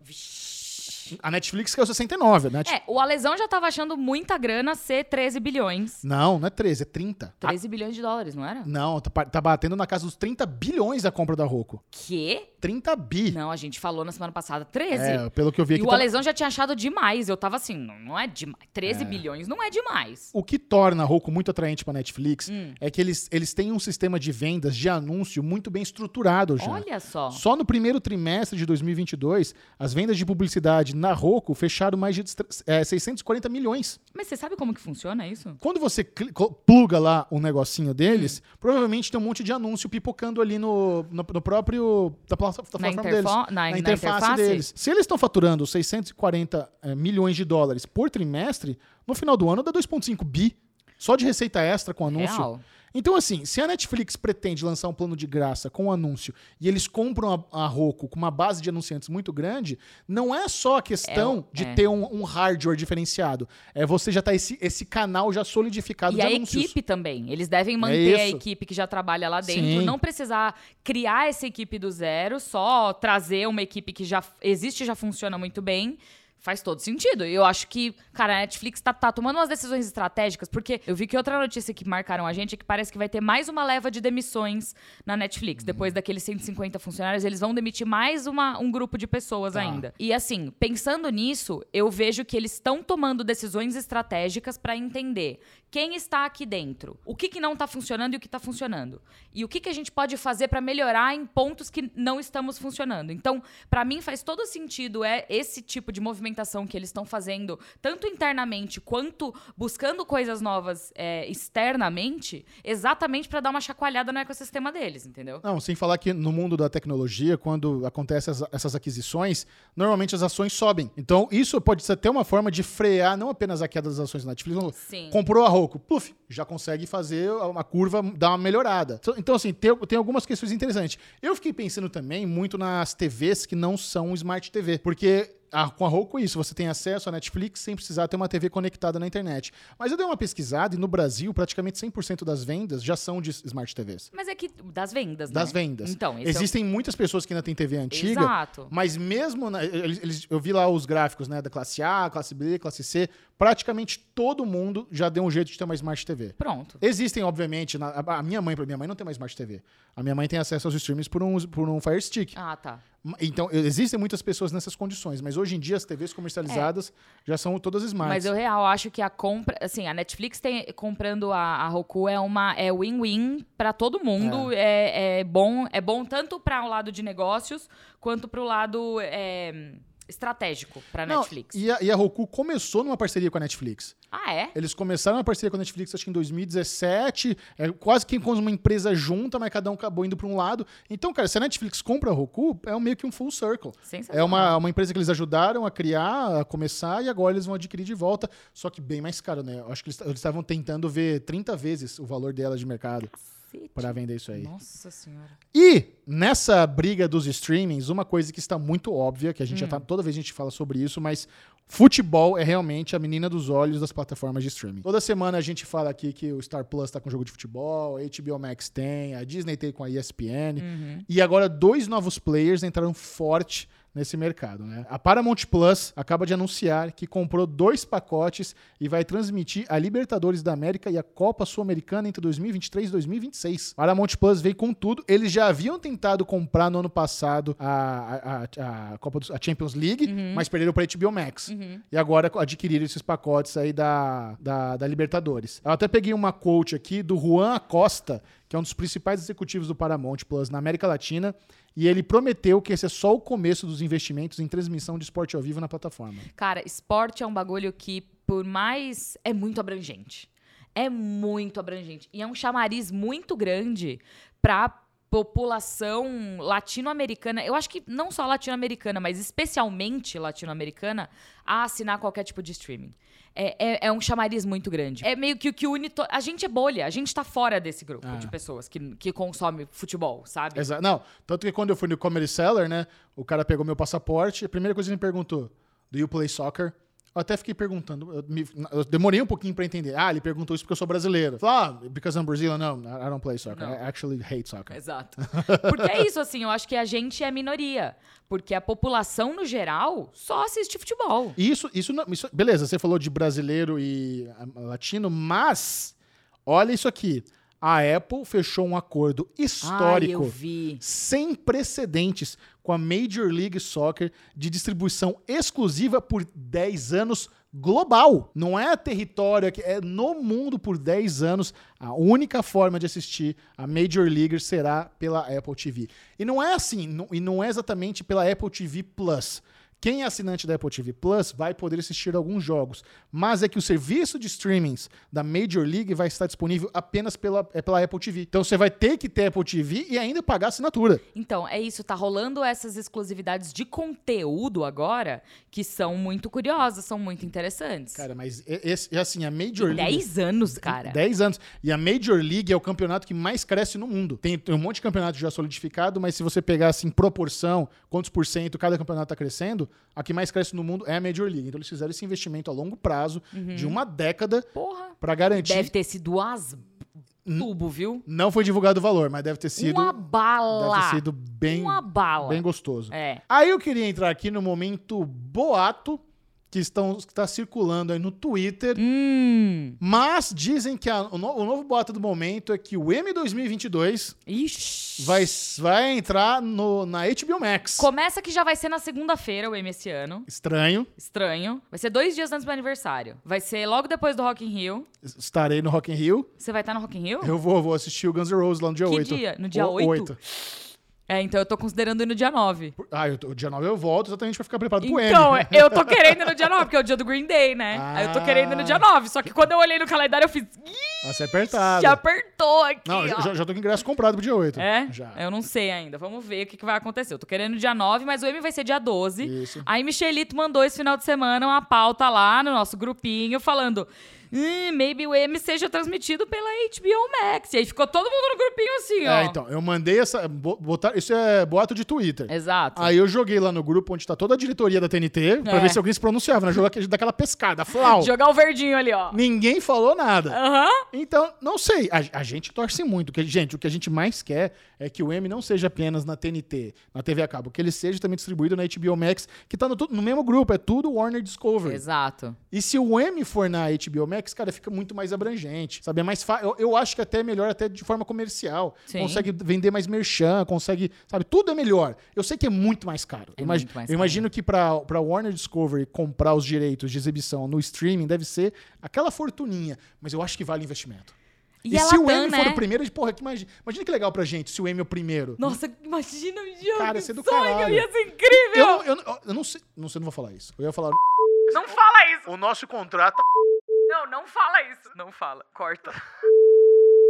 Speaker 1: A Netflix caiu 69. A Net...
Speaker 2: É, o Alesão já tava achando muita grana ser 13 bilhões.
Speaker 1: Não, não é 13, é 30. A-
Speaker 2: 13 bilhões de dólares, não era?
Speaker 1: Não, tá, pa- tá batendo na casa dos 30 bilhões a compra da Roku.
Speaker 2: Quê?
Speaker 1: 30 bi.
Speaker 2: Não, a gente falou na semana passada 13.
Speaker 1: É, pelo que eu vi
Speaker 2: E
Speaker 1: aqui.
Speaker 2: o
Speaker 1: tá-
Speaker 2: Alesão já tinha achado demais. Eu tava assim, não, não é demais. 13 bilhões não é demais.
Speaker 1: O que torna a Roku muito atraente pra Netflix
Speaker 2: Hum.
Speaker 1: é que eles, eles têm um sistema de vendas de anúncio muito bem estruturado já.
Speaker 2: Olha só.
Speaker 1: Só no primeiro trimestre de 2022, as vendas de publicidade na Roku fecharam mais de eh, 640 milhões.
Speaker 2: Mas você sabe como que funciona isso?
Speaker 1: Quando você cli- co- pluga lá o negocinho deles,
Speaker 2: Hum.
Speaker 1: provavelmente tem um monte de anúncio pipocando ali no, no, no próprio. da pla- da
Speaker 2: Na,
Speaker 1: plataforma
Speaker 2: interfo-
Speaker 1: deles.
Speaker 2: na, na
Speaker 1: na interface, deles. Se eles estão faturando 640 eh, milhões de dólares por trimestre, no final do ano dá 2,5 bi. Só de receita extra com anúncio.
Speaker 2: Real.
Speaker 1: Então, assim, se a Netflix pretende lançar um plano de graça com anúncio e eles compram a, a Roku com uma base de anunciantes muito grande, não é só a questão
Speaker 2: É,
Speaker 1: de
Speaker 2: é.
Speaker 1: ter um, um hardware diferenciado. É você já tá esse, esse canal já solidificado
Speaker 2: E
Speaker 1: de
Speaker 2: a
Speaker 1: anúncios. É
Speaker 2: equipe também. Eles devem manter a
Speaker 1: isso.
Speaker 2: equipe que já trabalha lá dentro.
Speaker 1: Sim.
Speaker 2: Não precisar criar essa equipe do zero, só trazer uma equipe que já f- existe e já funciona muito bem. Faz todo sentido. E Eu acho que, cara, a Netflix tá, tá tomando umas decisões estratégicas, porque eu vi que outra notícia que marcaram a gente é que parece que vai ter mais uma leva de demissões na Netflix.
Speaker 1: Hum.
Speaker 2: Depois daqueles 150 funcionários, eles vão demitir mais uma- um grupo de pessoas
Speaker 1: Tá.
Speaker 2: ainda. E assim, pensando nisso, eu vejo que eles estão tomando decisões estratégicas para entender quem está aqui dentro, o que, que não está funcionando e o que está funcionando. E o que, que a gente pode fazer para melhorar em pontos que não estamos funcionando. Então, para mim, faz todo sentido é esse tipo de movimentação que eles estão fazendo, tanto internamente quanto buscando coisas novas é, externamente, exatamente para dar uma chacoalhada no ecossistema deles, entendeu?
Speaker 1: Não, sem falar que no mundo da tecnologia, quando acontecem as- essas aquisições, normalmente as ações sobem. Então, isso pode ser até uma forma de frear não apenas a queda das ações da Netflix, não,
Speaker 2: Sim.
Speaker 1: comprou a Roku, puf, já consegue fazer uma curva, dar uma melhorada. Então- Então, assim, tem, tem algumas questões interessantes. Eu fiquei pensando também muito nas TVs que não são Smart TV, porque. a- com a Roku, é isso, você tem acesso à Netflix sem precisar ter uma TV conectada na internet. Mas eu dei uma pesquisada e no Brasil, praticamente 100% das vendas já são de Smart TVs.
Speaker 2: Mas é que das vendas, né?
Speaker 1: Das vendas.
Speaker 2: Então, esse é o-
Speaker 1: Existem muitas pessoas que ainda têm TV antiga,
Speaker 2: Exato.
Speaker 1: mas mesmo. na- eles- eles- eu vi lá os gráficos né, da classe A, classe B, classe C. Praticamente todo mundo já deu um jeito de ter uma Smart TV.
Speaker 2: Pronto.
Speaker 1: Existem, obviamente, na- a a minha mãe, pra minha mãe não tem mais Smart TV. A minha mãe tem acesso aos streams por um, por um Fire Stick.
Speaker 2: Ah, tá.
Speaker 1: Então, existem muitas pessoas nessas condições, mas hoje em dia as TVs comercializadas já são todas smarts.
Speaker 2: É. Mas eu real acho que a compra, assim, a Netflix tem, comprando a, a Roku é uma é win-win pra todo mundo. É. É, bom, é bom tanto pra o lado de negócios quanto pro lado é, estratégico pra
Speaker 1: Não,
Speaker 2: Netflix.
Speaker 1: E a, e a Roku começou numa parceria com a Netflix.
Speaker 2: Ah, é?
Speaker 1: Eles começaram a parceria com a Netflix, acho que em 2017. É quase que como uma empresa junta, mas cada um acabou indo pra um lado. Então, cara, se a Netflix compra a Roku, é um- meio que um full circle. É
Speaker 2: Sensacional.
Speaker 1: uma, uma empresa que eles ajudaram a criar, a começar, e agora eles vão adquirir de volta. Só que bem mais caro, né? Eu acho que eles eles estavam tentando ver 30 vezes o valor dela de mercado
Speaker 2: Cacete.
Speaker 1: para vender isso aí.
Speaker 2: Nossa senhora.
Speaker 1: E nessa briga dos streamings, uma coisa que está muito óbvia, que a gente já tá. Toda vez a gente fala sobre isso, mas futebol é realmente a menina dos olhos das plataformas de streaming. Toda semana a gente fala aqui que o Star Plus tá com jogo de futebol, a HBO Max tem, a Disney tem com a ESPN.
Speaker 2: Uhum.
Speaker 1: E agora dois novos players entraram forte nesse mercado, né? A Paramount Plus acaba de anunciar que comprou dois pacotes e vai transmitir a Libertadores da América e a Copa Sul-Americana entre 2023 e 2026. Paramount Plus veio com tudo. Eles já haviam tentado comprar no ano passado a, a- a- a Copa dos- a Champions League, mas perderam para HBO Max. E agora adquiriram esses pacotes aí da, da, da Libertadores. Eu até peguei uma quote aqui do Juan Acosta, que é um dos principais executivos do Paramount Plus na América Latina, e ele prometeu que esse é só o começo dos investimentos em transmissão de esporte ao vivo na plataforma.
Speaker 2: Cara, esporte é um bagulho que, por mais. é muito abrangente. É muito abrangente. E é um chamariz muito grande pra população latino-americana. Eu acho que não só latino-americana, mas especialmente latino-americana, a assinar qualquer tipo de streaming. É, é- é um chamariz muito grande. É meio que o que une. to- A gente é bolha, a gente tá fora desse grupo
Speaker 1: Ah.
Speaker 2: de pessoas que, que consome futebol, sabe?
Speaker 1: Exa- Não, tanto que quando eu fui no Comedy Cellar, né, o cara pegou meu passaporte, a primeira coisa que ele me perguntou, do you play soccer? Eu até fiquei perguntando, eu, me- eu demorei um pouquinho pra entender. Ah, ele perguntou isso porque eu sou brasileiro. Falei, ah, because I'm Brazilian, no, I don't play soccer.
Speaker 2: Não.
Speaker 1: I actually hate soccer.
Speaker 2: Exato. Porque é isso, assim, eu acho que a gente é minoria. Porque a população, no geral, só assiste futebol.
Speaker 1: E Isso, isso, não- isso- beleza, você falou de brasileiro e ah, latino, mas olha isso aqui. A Apple fechou um acordo
Speaker 2: Ai, eu
Speaker 1: histórico
Speaker 2: vi.
Speaker 1: sem precedentes com a Major League Soccer de distribuição exclusiva por 10 anos global. Não é território aqui, é no mundo por 10 anos. A única forma de assistir a Major League será pela Apple TV. E não é assim, não- e não é exatamente pela Apple TV Plus. Quem é assinante da Apple TV Plus vai poder assistir alguns jogos, mas é que o serviço de streamings da Major League vai estar disponível apenas pela, é pela Apple TV. Então você vai ter que ter Apple TV e ainda pagar assinatura.
Speaker 2: Então, é isso, tá rolando essas exclusividades de conteúdo agora que são muito curiosas, são muito interessantes.
Speaker 1: Cara, mas e- esse, é assim, a Major League.
Speaker 2: 10 anos, cara.
Speaker 1: 10 anos. E a Major League é o campeonato que mais cresce no mundo. Tem, tem um monte de campeonato já solidificado, mas se você pegar assim proporção, quantos por cento cada campeonato está crescendo, a que mais cresce no mundo é a Major League. Então eles fizeram esse investimento a longo prazo de uma década
Speaker 2: Porra.
Speaker 1: para garantir.
Speaker 2: Uhum. Deve ter sido as tubo, viu?
Speaker 1: Não foi divulgado o valor, mas Hum. deve ter sido,
Speaker 2: Uma bala.
Speaker 1: deve ter sido bem,
Speaker 2: Uma bala.
Speaker 1: bem gostoso.
Speaker 2: É.
Speaker 1: Aí eu queria entrar aqui no momento boato que estão que está circulando aí no Twitter,
Speaker 2: Hum.
Speaker 1: mas dizem que a- o, no- o novo boato do momento é que o M2022
Speaker 2: Ixi.
Speaker 1: vai, vai entrar no, na HBO Max.
Speaker 2: Começa que já vai ser na segunda-feira o M esse ano.
Speaker 1: Estranho,
Speaker 2: Estranho. Vai ser dois dias antes do meu aniversário. Vai ser logo depois do Rock in Rio.
Speaker 1: estarei no Rock in Rio.
Speaker 2: Você vai estar no Rock in Rio?
Speaker 1: Eu vou, vou assistir o Guns N' Roses lá no dia
Speaker 2: Que
Speaker 1: 8.
Speaker 2: dia? No dia
Speaker 1: O-
Speaker 2: 8? É, então eu tô considerando ir no dia 9.
Speaker 1: Ah, eu, tô- o dia 9 eu volto exatamente pra ficar preparado pro M.
Speaker 2: Então, eu tô querendo ir no dia 9, porque é o dia do Green Day, né? Aí eu tô
Speaker 1: Ah.
Speaker 2: querendo ir no dia 9. Só que quando eu olhei no calendário, eu fiz. Ih,
Speaker 1: Vai ser apertado.
Speaker 2: já apertou aqui.
Speaker 1: Não, eu
Speaker 2: ó.
Speaker 1: já, já tô com ingresso comprado pro dia 8.
Speaker 2: É?
Speaker 1: Já.
Speaker 2: Eu não sei ainda. Vamos ver o que, que vai acontecer. Eu tô querendo dia 9, mas o M vai ser dia 12.
Speaker 1: Isso.
Speaker 2: Aí Michelito mandou esse final de semana uma pauta lá no nosso grupinho falando. "Hum, maybe o M seja transmitido pela HBO Max. E aí ficou todo mundo no grupinho assim, ó.
Speaker 1: É, então, eu mandei essa. bo- Botar, isso é boato de Twitter.
Speaker 2: Exato.
Speaker 1: Aí eu joguei lá no grupo onde tá toda a diretoria da TNT pra
Speaker 2: É.
Speaker 1: ver se alguém se pronunciava, né? Jogar aquele- daquela pescada, flau.
Speaker 2: Jogar o verdinho ali, ó.
Speaker 1: Ninguém falou nada.
Speaker 2: Aham.
Speaker 1: Então, não sei. A, a gente torce muito. Porque, gente, o que a gente mais quer é que o M não seja apenas na TNT, na TV a cabo, que ele seja também distribuído na HBO Max, que tá no, tu- no mesmo grupo, é tudo Warner Discovery.
Speaker 2: Exato.
Speaker 1: E se o M for na HBO Max, cara, fica muito mais abrangente, sabe? É mais fa- eu, eu acho que até é melhor até de forma comercial.
Speaker 2: Sim.
Speaker 1: Consegue vender mais merchan, consegue, sabe? Tudo é melhor. Eu sei que é muito mais caro.
Speaker 2: É
Speaker 1: Eu imagi-
Speaker 2: muito mais
Speaker 1: eu imagino que pra, pra Warner Discovery comprar os direitos de exibição no streaming deve ser aquela fortuninha, mas eu acho que vale o investimento.
Speaker 2: E,
Speaker 1: se o
Speaker 2: Latam,
Speaker 1: M
Speaker 2: né?
Speaker 1: for o primeiro, porra, que imagina, imagina que legal pra gente se o M é o primeiro.
Speaker 2: Nossa, imagina o jogo.
Speaker 1: Cara, ia
Speaker 2: que
Speaker 1: ser do
Speaker 2: sonho,
Speaker 1: caralho.
Speaker 2: Ia ser incrível.
Speaker 1: Eu, não- eu, não- eu não sei, não sei, não vou falar isso. Eu ia falar
Speaker 2: Não fala isso.
Speaker 1: o nosso contrato.
Speaker 2: Não, não fala isso. Não fala. Corta.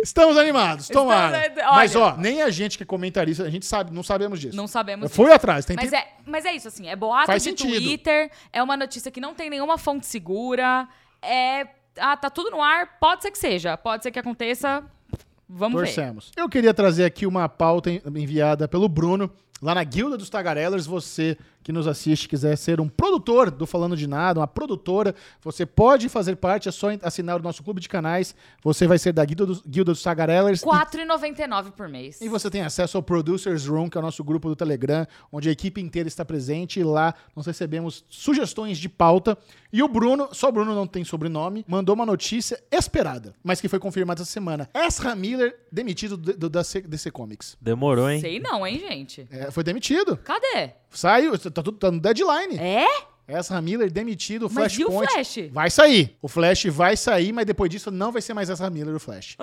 Speaker 1: Estamos animados,
Speaker 2: Estamos
Speaker 1: tomara.
Speaker 2: ani- olha.
Speaker 1: Mas ó, nem a gente que é comentarista, a gente sabe, não sabemos disso.
Speaker 2: Não sabemos
Speaker 1: Eu fui atrás, tentei.
Speaker 2: Mas é, mas é isso, assim, é boato
Speaker 1: Faz
Speaker 2: de
Speaker 1: sentido.
Speaker 2: Twitter, é uma notícia que não tem nenhuma fonte segura, é... Ah, tá tudo no ar, pode ser que seja, pode ser que aconteça, vamos ver.
Speaker 1: Torcemos. Eu queria trazer aqui uma pauta en- enviada pelo Bruno. Lá na Guilda dos Tagarellers, você que nos assiste quiser ser um produtor do Falando de Nada, uma produtora, você pode fazer parte, é só en- assinar o nosso clube de canais. Você vai ser da Guilda dos, Guilda dos Tagarellers. e
Speaker 2: R$4,99 por mês.
Speaker 1: E você tem acesso ao Producers Room, que é o nosso grupo do Telegram, onde a equipe inteira está presente. E lá nós recebemos sugestões de pauta. E o Bruno, só o Bruno não tem sobrenome, mandou uma notícia esperada, mas que foi confirmada essa semana. Ezra Miller demitido do, do- da C- DC Comics.
Speaker 3: Demorou, hein?
Speaker 2: Sei não, hein, gente?
Speaker 1: É, foi demitido.
Speaker 2: Cadê?
Speaker 1: Saiu, tá, tudo, tá no deadline.
Speaker 2: É?
Speaker 1: Ezra Miller demitido,
Speaker 2: Mas e o
Speaker 1: Flashpoint.
Speaker 2: Flash?
Speaker 1: Vai sair. O Flash vai sair, mas depois disso não vai ser mais Ezra Miller o Flash.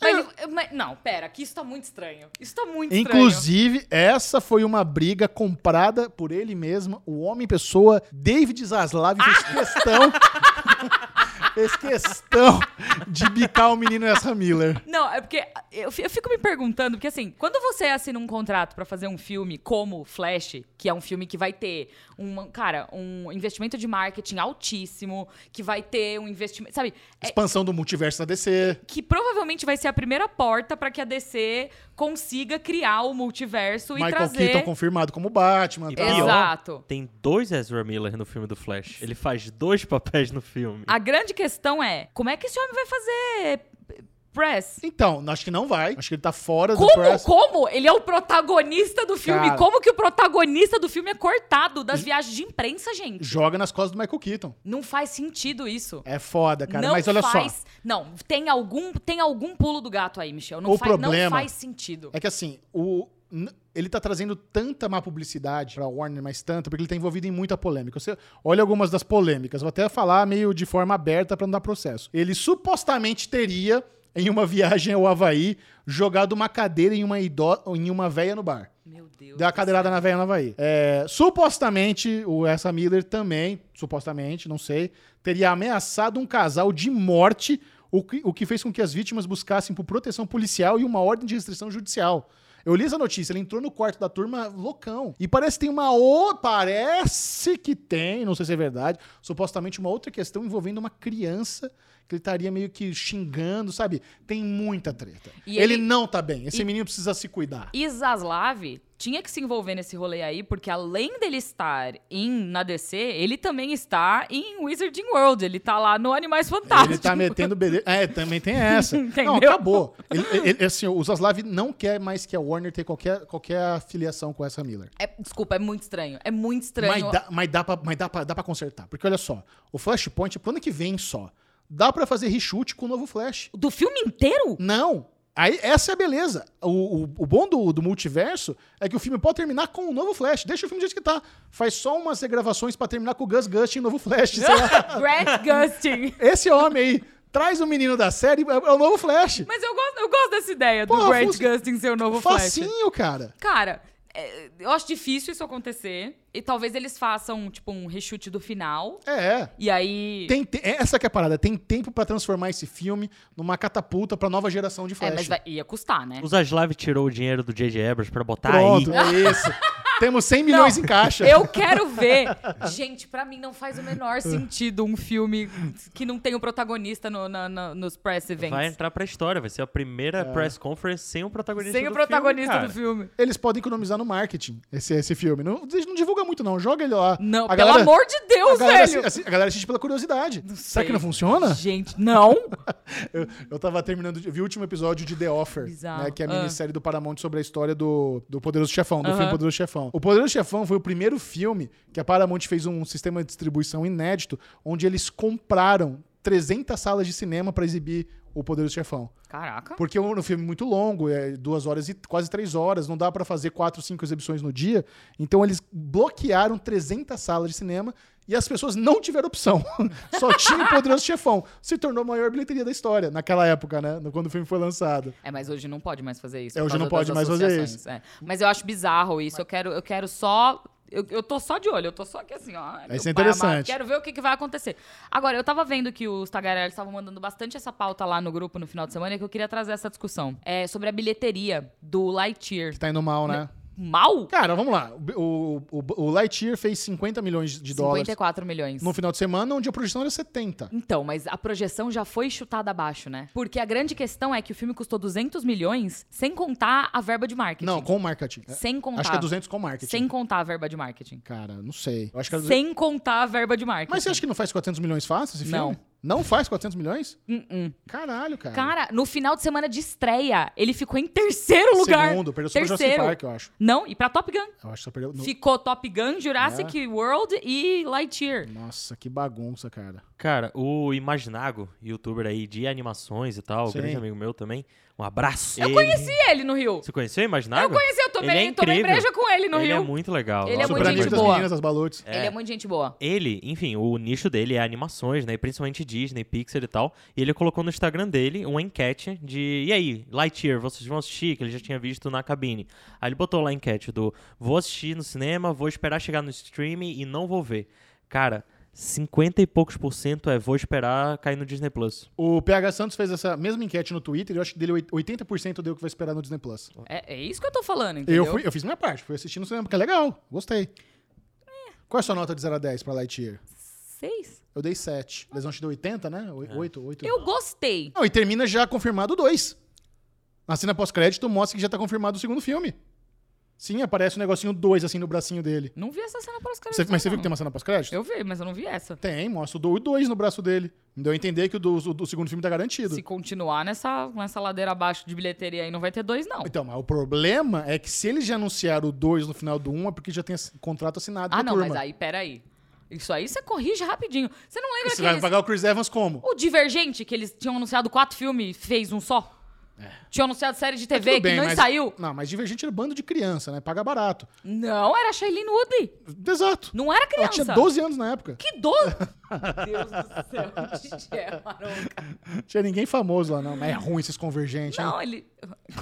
Speaker 2: Mas, mas- não, pera, que isso tá muito estranho. Isso tá muito estranho.
Speaker 1: Inclusive, essa foi uma briga comprada por ele mesmo, o homem-pessoa David Zaslav fez
Speaker 2: Ah!
Speaker 1: questão. fez questão de bicar o menino essa Miller.
Speaker 2: Não, é porque eu, fi- eu fico me perguntando, porque assim, quando você assina um contrato pra fazer um filme como Flash, que é um filme que vai ter um, cara, um investimento de marketing altíssimo, que vai ter um investimento, sabe? É-
Speaker 1: Expansão do multiverso da DC.
Speaker 2: que provavelmente vai ser a primeira porta pra que a DC consiga criar o multiverso e
Speaker 1: Michael
Speaker 2: trazer
Speaker 1: Keaton confirmado como Batman.
Speaker 3: E
Speaker 1: tal.
Speaker 3: pior.
Speaker 2: Exato.
Speaker 3: Tem dois Ezra Miller no filme do Flash. Ele faz dois papéis no filme.
Speaker 2: A grande questão é, como é que esse homem vai fazer press?
Speaker 1: Então, acho que não vai. Acho que ele tá fora do
Speaker 2: Como?
Speaker 1: press.
Speaker 2: Como? Ele é o protagonista do filme.
Speaker 1: Cara.
Speaker 2: Como que o protagonista do filme é cortado das viagens de imprensa, gente?
Speaker 1: Joga nas costas do Michael Keaton.
Speaker 2: Não faz sentido isso.
Speaker 1: É foda, cara.
Speaker 2: não
Speaker 1: Mas olha
Speaker 2: faz,
Speaker 1: só.
Speaker 2: Não, tem algum, tem algum pulo do gato aí, Michel. Não,
Speaker 1: O
Speaker 2: faz, não
Speaker 1: problema
Speaker 2: faz sentido.
Speaker 1: É que assim, o. n- Ele tá trazendo tanta má publicidade pra Warner, mas tanta, porque ele tá envolvido em muita polêmica. Você olha algumas das polêmicas, vou até falar meio de forma aberta pra não dar processo. Ele supostamente teria, em uma viagem ao Havaí, jogado uma cadeira em uma, idó em uma véia no bar.
Speaker 2: Meu Deus.
Speaker 1: Deu a cadeirada na velha no Havaí. É, supostamente, o Essa Miller também, supostamente, não sei, teria ameaçado um casal de morte, o que, o que fez com que as vítimas buscassem por proteção policial e uma ordem de restrição judicial. Eu li essa notícia, ele entrou no quarto da turma loucão. E parece que tem uma outra. Parece que tem, não sei se é verdade, supostamente uma outra questão envolvendo uma criança que ele estaria meio que xingando, sabe? Tem muita treta.
Speaker 2: E
Speaker 1: ele,
Speaker 2: ele-
Speaker 1: não tá bem. Esse
Speaker 2: e-
Speaker 1: menino precisa se cuidar.
Speaker 2: E Zaslav tinha que se envolver nesse rolê aí, porque além dele estar em, na DC, ele também está em Wizarding World. Ele tá lá no Animais Fantásticos.
Speaker 1: Ele tá metendo BD. É, também tem essa.
Speaker 2: Entendeu?
Speaker 1: não, acabou. Ele, ele- assim, o Zaslav não quer mais que a Warner tenha qualquer, qualquer afiliação com essa Miller.
Speaker 2: É, desculpa, é muito estranho. É muito estranho.
Speaker 1: Mas, dá, mas, dá pra, mas dá, pra, dá pra consertar. Porque olha só, o Flashpoint é pro ano que vem só. Dá pra fazer reshoot com o novo Flash.
Speaker 2: Do filme inteiro?
Speaker 1: Não. Aí, essa é a beleza. O, o, o bom do, do multiverso é que o filme pode terminar com o novo Flash. Deixa o filme do jeito que tá. Faz só umas regravações pra terminar com o Gus Gustin e o novo Flash. sei lá.
Speaker 2: Brad Gustin.
Speaker 1: Esse homem aí traz o menino da série, é é o novo Flash.
Speaker 2: Mas eu gosto, eu gosto dessa ideia do
Speaker 1: Porra,
Speaker 2: Brad
Speaker 1: Fus-
Speaker 2: Gustin ser o novo Tipo Flash.
Speaker 1: Facinho, cara.
Speaker 2: Cara, é, eu acho difícil isso acontecer. E talvez eles façam, tipo, um reshoot do final.
Speaker 1: É.
Speaker 2: E aí...
Speaker 1: Tem te- Essa que é a parada. Tem tempo pra transformar esse filme numa catapulta pra nova geração de
Speaker 2: é,
Speaker 1: Flash.
Speaker 2: mas vai- ia custar, né?
Speaker 3: O Zaslav tirou o dinheiro do J.J. Abrams pra botar
Speaker 1: Pronto,
Speaker 3: aí.
Speaker 1: é isso. Temos 100 milhões em caixa.
Speaker 2: Tá Eu quero ver. Gente, pra mim não faz o menor sentido um filme que não tem o protagonista no- na- na- nos press events.
Speaker 3: Vai entrar pra história, vai ser a
Speaker 1: É.
Speaker 3: primeira press conference sem o protagonista
Speaker 2: Sem
Speaker 3: do
Speaker 2: o protagonista
Speaker 3: filme, cara.
Speaker 2: do filme.
Speaker 1: Eles podem economizar no marketing esse, esse filme. Não, não divulga muito, não. Joga ele lá.
Speaker 2: Não,
Speaker 1: A
Speaker 2: pelo
Speaker 1: galera-
Speaker 2: amor de
Speaker 1: a
Speaker 2: Deus,
Speaker 1: galera,
Speaker 2: velho.
Speaker 1: assi- assi- a galera assiste pela curiosidade. Será que
Speaker 2: sei.
Speaker 1: não funciona?
Speaker 2: Gente, não.
Speaker 1: Eu, eu tava terminando, de- eu vi o último episódio de The Offer,
Speaker 2: Bizarro.
Speaker 1: né, que é a
Speaker 2: Ah.
Speaker 1: minissérie do Paramount sobre a história do, do Poderoso Chefão, do
Speaker 2: Aham.
Speaker 1: filme Poderoso Chefão. O Poderoso Chefão foi o primeiro filme que a Paramount fez um sistema de distribuição inédito, onde eles compraram 300 salas de cinema pra exibir o Poderoso Chefão.
Speaker 2: Caraca.
Speaker 1: Porque é um filme muito longo, é duas horas e quase três horas, não dá pra fazer quatro, cinco exibições no dia. Então eles bloquearam 300 salas de cinema e as pessoas não tiveram opção. Só tinha o Poderoso Chefão. Se tornou a maior bilheteria da história naquela época, né? Quando o filme foi lançado.
Speaker 2: É, mas hoje não pode mais fazer isso.
Speaker 1: É,
Speaker 2: por
Speaker 1: hoje não
Speaker 2: causa
Speaker 1: pode
Speaker 2: das
Speaker 1: mais fazer
Speaker 2: associações, é. Mas eu acho bizarro isso. Eu quero, eu quero só. Eu, eu tô só de olho, eu tô só aqui assim, ó. meu
Speaker 1: Isso é
Speaker 2: pai amado,
Speaker 1: interessante.
Speaker 2: Quero ver o que, que vai acontecer. Agora, eu tava vendo que os Tagarelas estavam mandando bastante essa pauta lá no grupo no final de semana, é que eu queria trazer essa discussão. É sobre a bilheteria do Lightyear.
Speaker 1: Que tá indo mal, né?
Speaker 2: Mal?
Speaker 1: Cara, vamos lá. O, o, o Lightyear fez 50 milhões de dólares
Speaker 2: 54 milhões.
Speaker 1: no final de semana, onde a projeção era 70.
Speaker 2: Então, mas a projeção já foi chutada abaixo, né? Porque a grande questão é que o filme custou 200 milhões sem contar a verba de marketing.
Speaker 1: Não, com marketing.
Speaker 2: Sem contar.
Speaker 1: Acho que é 200 com marketing.
Speaker 2: Sem contar a verba de marketing.
Speaker 1: Cara, não sei. Eu acho que era
Speaker 2: Sem contar a verba de marketing.
Speaker 1: Mas você acha que não faz 400 milhões fácil esse
Speaker 2: Não.
Speaker 1: filme? Não faz 400 milhões?
Speaker 2: Hum, hum.
Speaker 1: Caralho, cara.
Speaker 2: Cara, no final de semana de estreia, ele ficou em terceiro lugar.
Speaker 1: Segundo, perdeu só pro Jurassic
Speaker 2: terceiro.
Speaker 1: Park, eu acho.
Speaker 2: Não, e pra Top Gun.
Speaker 1: Eu acho que só perdeu... no- É.
Speaker 2: Ficou Top Gun, Jurassic World e Lightyear.
Speaker 1: Nossa, que bagunça, cara.
Speaker 3: Cara, o Imaginago, youtuber aí de animações e tal,
Speaker 1: Sim.
Speaker 3: grande amigo meu também. Um abraço.
Speaker 2: Eu
Speaker 3: Ele-
Speaker 2: conheci ele no Rio.
Speaker 3: Você conheceu o Imaginago?
Speaker 2: Eu conheci, eu
Speaker 3: Ele é
Speaker 2: tomei, tomei
Speaker 3: incrível.
Speaker 2: breja com ele no
Speaker 3: ele
Speaker 2: Rio.
Speaker 3: é muito legal.
Speaker 2: Ele é
Speaker 3: Nossa,
Speaker 2: muito
Speaker 1: Super
Speaker 3: super
Speaker 1: amigo
Speaker 2: gente
Speaker 3: amigo
Speaker 1: das
Speaker 2: boa.
Speaker 1: meninas, das balutes.
Speaker 2: Ele é muito gente boa.
Speaker 3: Ele, enfim, o nicho dele é animações, né? E principalmente Disney, Pixar e tal. E ele colocou no Instagram dele uma enquete de. E aí, Lightyear, vocês vão assistir? Que ele já tinha visto na cabine. Aí ele botou lá a enquete do vou assistir no cinema, vou esperar chegar no streaming e não vou ver. Cara. 50 e poucos por cento é vou esperar cair no Disney Plus.
Speaker 1: O PH Santos fez essa mesma enquete no Twitter e eu acho que dele 80% deu o que vai esperar no Disney Plus.
Speaker 2: É, é isso que eu tô falando, entendeu?
Speaker 1: Eu, fui, eu fiz minha parte, fui assistindo no cinema, porque é legal, gostei. Qual é a sua nota de 0 a 10 pra Lightyear?
Speaker 2: Seis.
Speaker 1: Eu dei 7. Lesão te deu 80, né? 8, 8.
Speaker 2: É. Eu gostei.
Speaker 1: Não, e termina já confirmado o 2. Na cena pós-crédito mostra que já tá confirmado o segundo filme. Sim, aparece um negocinho 2 assim no bracinho dele.
Speaker 2: Não vi essa cena pós-crédito.
Speaker 1: Você- mas você
Speaker 2: não.
Speaker 1: viu que tem uma cena pós-crédito?
Speaker 2: Eu vi, mas eu não vi essa.
Speaker 1: Tem, mostra o 2 no braço dele. Me deu a entender que o do, o do segundo filme tá garantido.
Speaker 2: Se continuar nessa, nessa ladeira abaixo de bilheteria aí, não vai ter dois, não.
Speaker 1: Então, mas o problema é que se eles já anunciaram o 2 no final do 1, um, é porque já tem ass- contrato assinado com
Speaker 2: Ah,
Speaker 1: a
Speaker 2: não,
Speaker 1: turma.
Speaker 2: mas aí, peraí. Isso aí você corrige rapidinho. Você não lembra
Speaker 1: Você
Speaker 2: que
Speaker 1: vai
Speaker 2: eles...
Speaker 1: pagar o Chris Evans como?
Speaker 2: O Divergente, que eles tinham anunciado quatro filmes e fez um só? Tinham anunciado série de TV
Speaker 1: É. Tudo bem,
Speaker 2: que não
Speaker 1: mas-
Speaker 2: saiu?
Speaker 1: Não, mas Divergente era bando de criança, né? Paga barato.
Speaker 2: Não, era Shailene Woodley.
Speaker 1: Exato.
Speaker 2: Não era
Speaker 1: Ela
Speaker 2: criança.
Speaker 1: tinha 12 anos na época.
Speaker 2: Que 12? Deus do céu, é Titia Maronca.
Speaker 1: Tinha ninguém famoso lá, não. Mas é ruim esses convergentes, hein?
Speaker 2: Não, ele.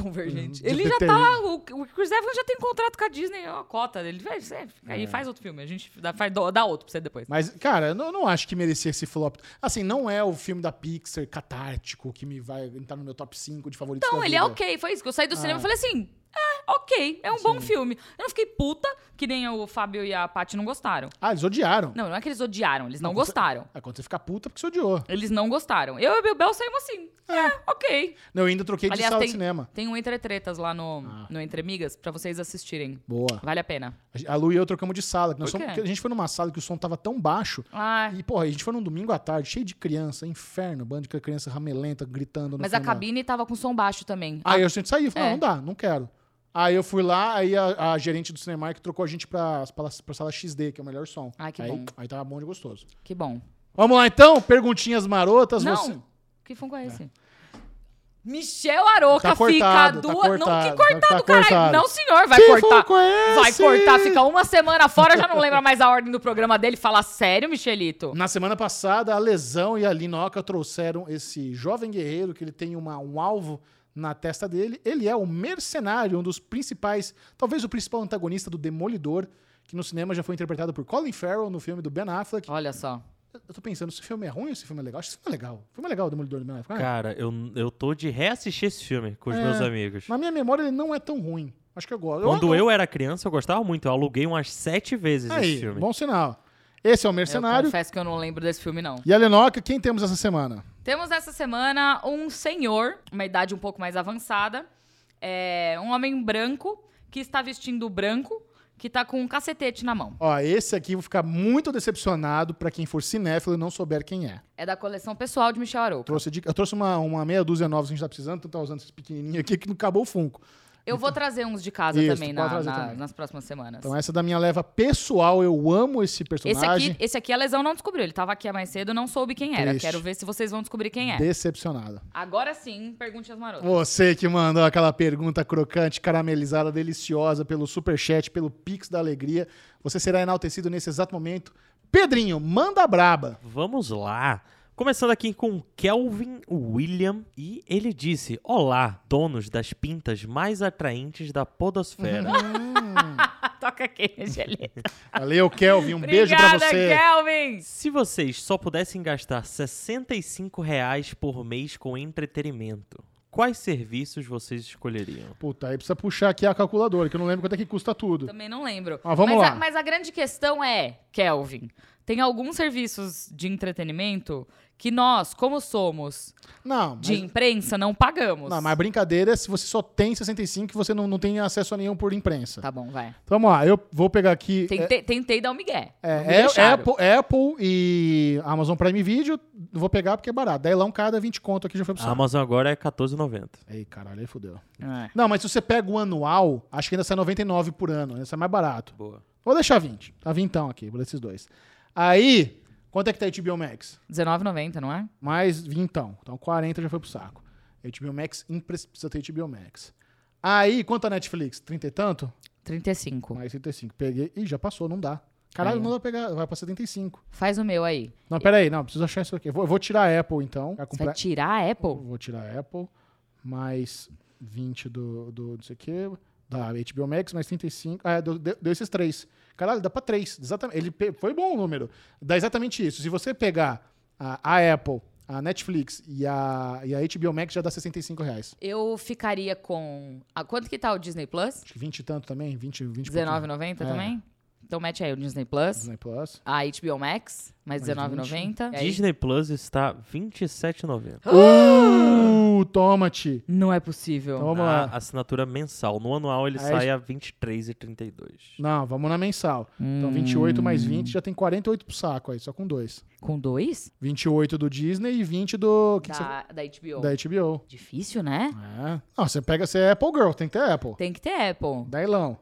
Speaker 2: Convergente.
Speaker 1: Hum,
Speaker 2: ele já
Speaker 1: DPTI.
Speaker 2: tá. O, o Chris Evans já tem um contrato com a Disney, é uma cota dele. Vai, você fica
Speaker 1: É.
Speaker 2: aí, faz outro filme. A gente dá, faz, dá outro pra você depois.
Speaker 1: Mas, cara, eu não, não acho que merecia esse flop. Assim, não é o filme da Pixar catártico que me vai entrar no meu top 5 de favoritos.
Speaker 2: Então,
Speaker 1: da
Speaker 2: ele é
Speaker 1: vida. Ah.
Speaker 2: ok. Foi isso que eu saí do cinema e falei assim. É, ok, é um bom filme. Eu não fiquei puta, que nem o Fábio e a Paty não gostaram.
Speaker 1: Ah, eles odiaram.
Speaker 2: Não, não é que eles odiaram, eles não,
Speaker 1: Não, você-
Speaker 2: gostaram.
Speaker 1: Ah, quando você fica puta, é porque você odiou.
Speaker 2: Eles não gostaram. Eu e o Bebel saímos assim. É, ok.
Speaker 1: Não, eu ainda troquei de
Speaker 2: Aliás,
Speaker 1: sala
Speaker 2: tem,
Speaker 1: de cinema.
Speaker 2: tem um Entre Tretas lá no,
Speaker 1: Ah.
Speaker 2: no Entre Migas pra vocês assistirem.
Speaker 1: Boa.
Speaker 2: Vale a pena.
Speaker 1: A Lu e eu trocamos de sala. que nós
Speaker 2: Por
Speaker 1: somos-
Speaker 2: quê?
Speaker 1: porque a gente foi numa sala que o som tava tão baixo.
Speaker 2: Ah,
Speaker 1: E, porra, a gente foi num domingo à tarde, cheio de criança, inferno, bando de criança ramelenta, gritando no
Speaker 2: mas a
Speaker 1: filme lá.
Speaker 2: cabine tava com som baixo também.
Speaker 1: Aí eu sempre saí, falei,
Speaker 2: É.
Speaker 1: não, não dá, não quero. Aí eu fui lá, aí a, a gerente do Cinemark trocou a gente pra, pra, pra sala XD, que é o melhor som.
Speaker 2: Ai, que
Speaker 1: aí,
Speaker 2: bom.
Speaker 1: Aí tava bom de gostoso.
Speaker 2: Ah, Que bom.
Speaker 1: Vamos lá então, perguntinhas marotas.
Speaker 2: não!
Speaker 1: você-
Speaker 2: Que fungo é esse? Michel Aroca
Speaker 1: Tá cortado,
Speaker 2: fica
Speaker 1: tá
Speaker 2: duas. não,
Speaker 1: cortado,
Speaker 2: que cortado,
Speaker 1: tá- tá
Speaker 2: caralho.
Speaker 1: cortado.
Speaker 2: Não, senhor, vai
Speaker 1: Que
Speaker 2: cortar.
Speaker 1: fungo é
Speaker 2: Vai
Speaker 1: esse?
Speaker 2: cortar, fica uma semana fora, já não lembra mais a ordem do programa dele. Fala sério, Michelito.
Speaker 1: Na semana passada, a Lesão e a Linoca trouxeram esse jovem guerreiro que ele tem uma- um alvo na testa dele. Ele é o mercenário, um dos principais, talvez o principal antagonista do Demolidor, que no cinema já foi interpretado por Colin Farrell no filme do Ben Affleck.
Speaker 2: Olha só.
Speaker 1: Eu eu tô pensando, esse filme é ruim ou esse filme é legal? Acho que esse filme é legal. O filme é legal, o Demolidor do Ben Affleck. né?
Speaker 3: Cara, eu, eu tô de reassistir esse filme com os
Speaker 1: É.
Speaker 3: meus amigos.
Speaker 1: Na minha memória, ele não é tão ruim. Acho que eu gosto.
Speaker 3: Quando eu era criança, eu gostava muito. Eu aluguei umas sete vezes esse
Speaker 1: Aí,
Speaker 3: filme.
Speaker 1: bom sinal. Esse é o
Speaker 2: Eu
Speaker 1: mercenário.
Speaker 2: confesso que eu não lembro desse filme, não.
Speaker 1: E a Linoca, quem temos essa semana?
Speaker 2: Temos essa semana um senhor, uma idade um pouco mais avançada, é, um homem branco que está vestindo branco, que tá com um cacetete na mão.
Speaker 1: Ó, esse aqui eu vou ficar muito decepcionado pra quem for cinéfilo e não souber quem é.
Speaker 2: É da coleção pessoal de Michel Arouca.
Speaker 1: Trouxe dica- eu trouxe uma, uma meia dúzia novas que a gente tá precisando, tu tá usando esses pequenininhos aqui que não acabou o Funko.
Speaker 2: Eu vou trazer uns de casa
Speaker 1: Então. Isso,
Speaker 2: também,
Speaker 1: pode
Speaker 2: na-
Speaker 1: trazer
Speaker 2: na-
Speaker 1: também.
Speaker 2: nas próximas semanas.
Speaker 1: Então essa é da minha leva pessoal, eu amo esse
Speaker 2: Esse
Speaker 1: personagem.
Speaker 2: aqui, esse aqui a lesão não descobriu. Ele tava aqui mais cedo, não soube quem era.
Speaker 1: Triste.
Speaker 2: Quero ver se vocês vão descobrir quem é.
Speaker 1: Decepcionada.
Speaker 2: Agora sim, pergunte às marotas.
Speaker 1: Você que mandou aquela pergunta crocante, caramelizada, deliciosa pelo superchat, pelo Pix da Alegria, você será enaltecido nesse exato momento. Pedrinho, manda braba.
Speaker 3: Vamos lá. Começando aqui com Kelvin William e ele disse: Olá, donos das pintas mais atraentes da podosfera.
Speaker 1: Uhum.
Speaker 2: Hum. Toca aqui, Angelina.
Speaker 1: Valeu, Kelvin, um beijo pra
Speaker 2: Obrigada,
Speaker 1: você.
Speaker 2: Kelvin!
Speaker 3: Se vocês só pudessem gastar R$ 65 reais por mês com entretenimento, quais serviços vocês escolheriam?
Speaker 1: Puta, aí precisa puxar aqui a calculadora, que eu não lembro quanto é que custa tudo.
Speaker 2: Também não lembro.
Speaker 1: Ah, vamos
Speaker 2: mas,
Speaker 1: lá.
Speaker 2: A, mas a grande questão é, Kelvin, tem alguns serviços de entretenimento que nós, como somos
Speaker 1: Não, mas,
Speaker 2: de imprensa, não pagamos.
Speaker 1: não, mas a brincadeira é se você só tem 65 e você não, não tem acesso a nenhum por imprensa.
Speaker 2: Tá bom, vai.
Speaker 1: Então vamos lá, eu vou pegar aqui. é-
Speaker 2: Tentei, tentei dar um migué. Não me
Speaker 1: É, é,
Speaker 2: deixaram.
Speaker 1: Apple, Apple e Amazon Prime Video, vou pegar porque é barato. 10 lá um cada, 20 conto aqui já foi pro
Speaker 3: A
Speaker 1: saco.
Speaker 3: Amazon agora é R$14,90.
Speaker 1: Ei, caralho, aí fodeu.
Speaker 2: É.
Speaker 1: Não, mas se você pega o anual, acho que ainda sai 99 por ano, ainda sai mais barato.
Speaker 3: Boa.
Speaker 1: Vou deixar 20. Tá 20 então aqui, vou desses dois. Aí, quanto é que tá HBO Max?
Speaker 2: R$19,90, não é?
Speaker 1: Mais 20 então. Então 40 já foi pro saco. HBO Max, impre- precisa ter HBO Max. Aí, quanto a Netflix? 30 e tanto?
Speaker 2: 35.
Speaker 1: Mais 35. Peguei. Ih, já passou, não dá. Caralho,
Speaker 2: Aí, ó.
Speaker 1: não dá pra pegar, vai pra 75.
Speaker 2: Faz o meu aí.
Speaker 1: Não, peraí, não, preciso achar isso aqui. Eu vou, eu vou tirar a Apple, então. Vai
Speaker 2: Você vai
Speaker 1: comprar-
Speaker 2: tirar a Apple?
Speaker 1: Vou tirar a Apple, mais 20 do, do não sei o quê, da HBO Max, mais 35. Ah, deu, deu- deu esses três. Caralho, dá pra três. Exatamente. Ele pe- foi bom o número. Dá exatamente isso. Se você pegar a, a Apple, a Netflix e a, e a HBO Max, já dá 65 reais.
Speaker 2: Eu ficaria com. Ah, quanto que tá o Disney Plus?
Speaker 1: Acho que 20 e tanto também, 20, 20 e pouquinho.
Speaker 2: R$19,90
Speaker 1: É.
Speaker 2: também? Então mete aí o Disney Plus.
Speaker 1: Disney Plus.
Speaker 2: A HBO Max, mais
Speaker 1: Mais
Speaker 2: 19,90. E aí-
Speaker 3: Disney Plus está R$ 27,90.
Speaker 1: Uh, toma-te.
Speaker 2: Não é possível.
Speaker 1: Então vamos
Speaker 3: Na
Speaker 1: lá.
Speaker 3: assinatura mensal. No anual ele
Speaker 1: Aí-
Speaker 3: sai a 23,32.
Speaker 1: Não, vamos na mensal.
Speaker 2: Hum.
Speaker 1: Então 28 mais 20 já tem 48 pro saco aí, só com dois.
Speaker 2: Com dois?
Speaker 1: 28 do Disney e 20 do. que que
Speaker 2: da, da
Speaker 1: você-
Speaker 2: HBO.
Speaker 1: da HBO.
Speaker 2: Difícil, né?
Speaker 1: É. Não, você pega, você é Apple Girl, tem que ter Apple.
Speaker 2: Tem que ter Apple.
Speaker 1: Dailão.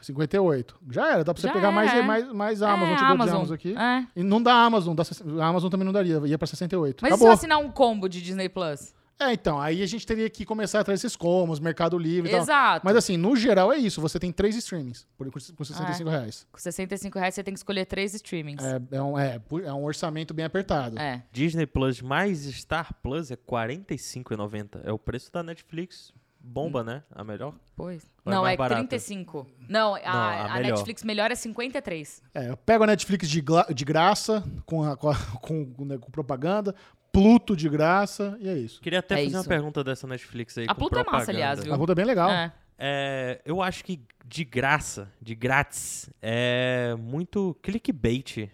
Speaker 1: 58. Já era, dá pra você
Speaker 2: Já
Speaker 1: pegar mais,
Speaker 2: era, é.
Speaker 1: mais, mais Amazon,
Speaker 2: é,
Speaker 1: te dou de Amazon aqui.
Speaker 2: É.
Speaker 1: E não dá Amazon, dá, 60 a Amazon também não daria, ia pra 68.
Speaker 2: Mas e se eu
Speaker 1: Acabou.
Speaker 2: assinar um combo de Disney Plus?
Speaker 1: É, então, aí a gente teria que começar a trazer esses combos, Mercado Livre e tal.
Speaker 2: Exato.
Speaker 1: Mas assim, no geral é isso, você tem três streamings por, com
Speaker 2: Ah,
Speaker 1: 65
Speaker 2: é.
Speaker 1: reais.
Speaker 2: Com 65 reais você tem que escolher três streamings.
Speaker 1: É, é um, é, pu- é um orçamento bem apertado.
Speaker 2: É.
Speaker 3: Disney Plus mais Star Plus é R$ 45,90. É o preço da Netflix. Bomba, né? A melhor.
Speaker 2: Pois.
Speaker 3: Vai
Speaker 2: Não,
Speaker 3: mais
Speaker 2: é
Speaker 3: barato.
Speaker 2: 35. Não, a,
Speaker 3: a
Speaker 2: a
Speaker 3: melhor.
Speaker 2: Netflix melhor é 53.
Speaker 1: É, eu pego a Netflix de, gla- de graça, com, a- com, a- com- com, né, com propaganda, Pluto de graça, e é isso.
Speaker 3: Queria até
Speaker 2: É
Speaker 3: fazer uma
Speaker 2: isso.
Speaker 3: pergunta dessa Netflix aí.
Speaker 2: A
Speaker 3: com
Speaker 2: Pluto é massa,
Speaker 3: propaganda.
Speaker 2: aliás, viu?
Speaker 1: A conta é bem legal.
Speaker 2: É.
Speaker 3: É, eu acho que de graça, de grátis, é muito clickbait.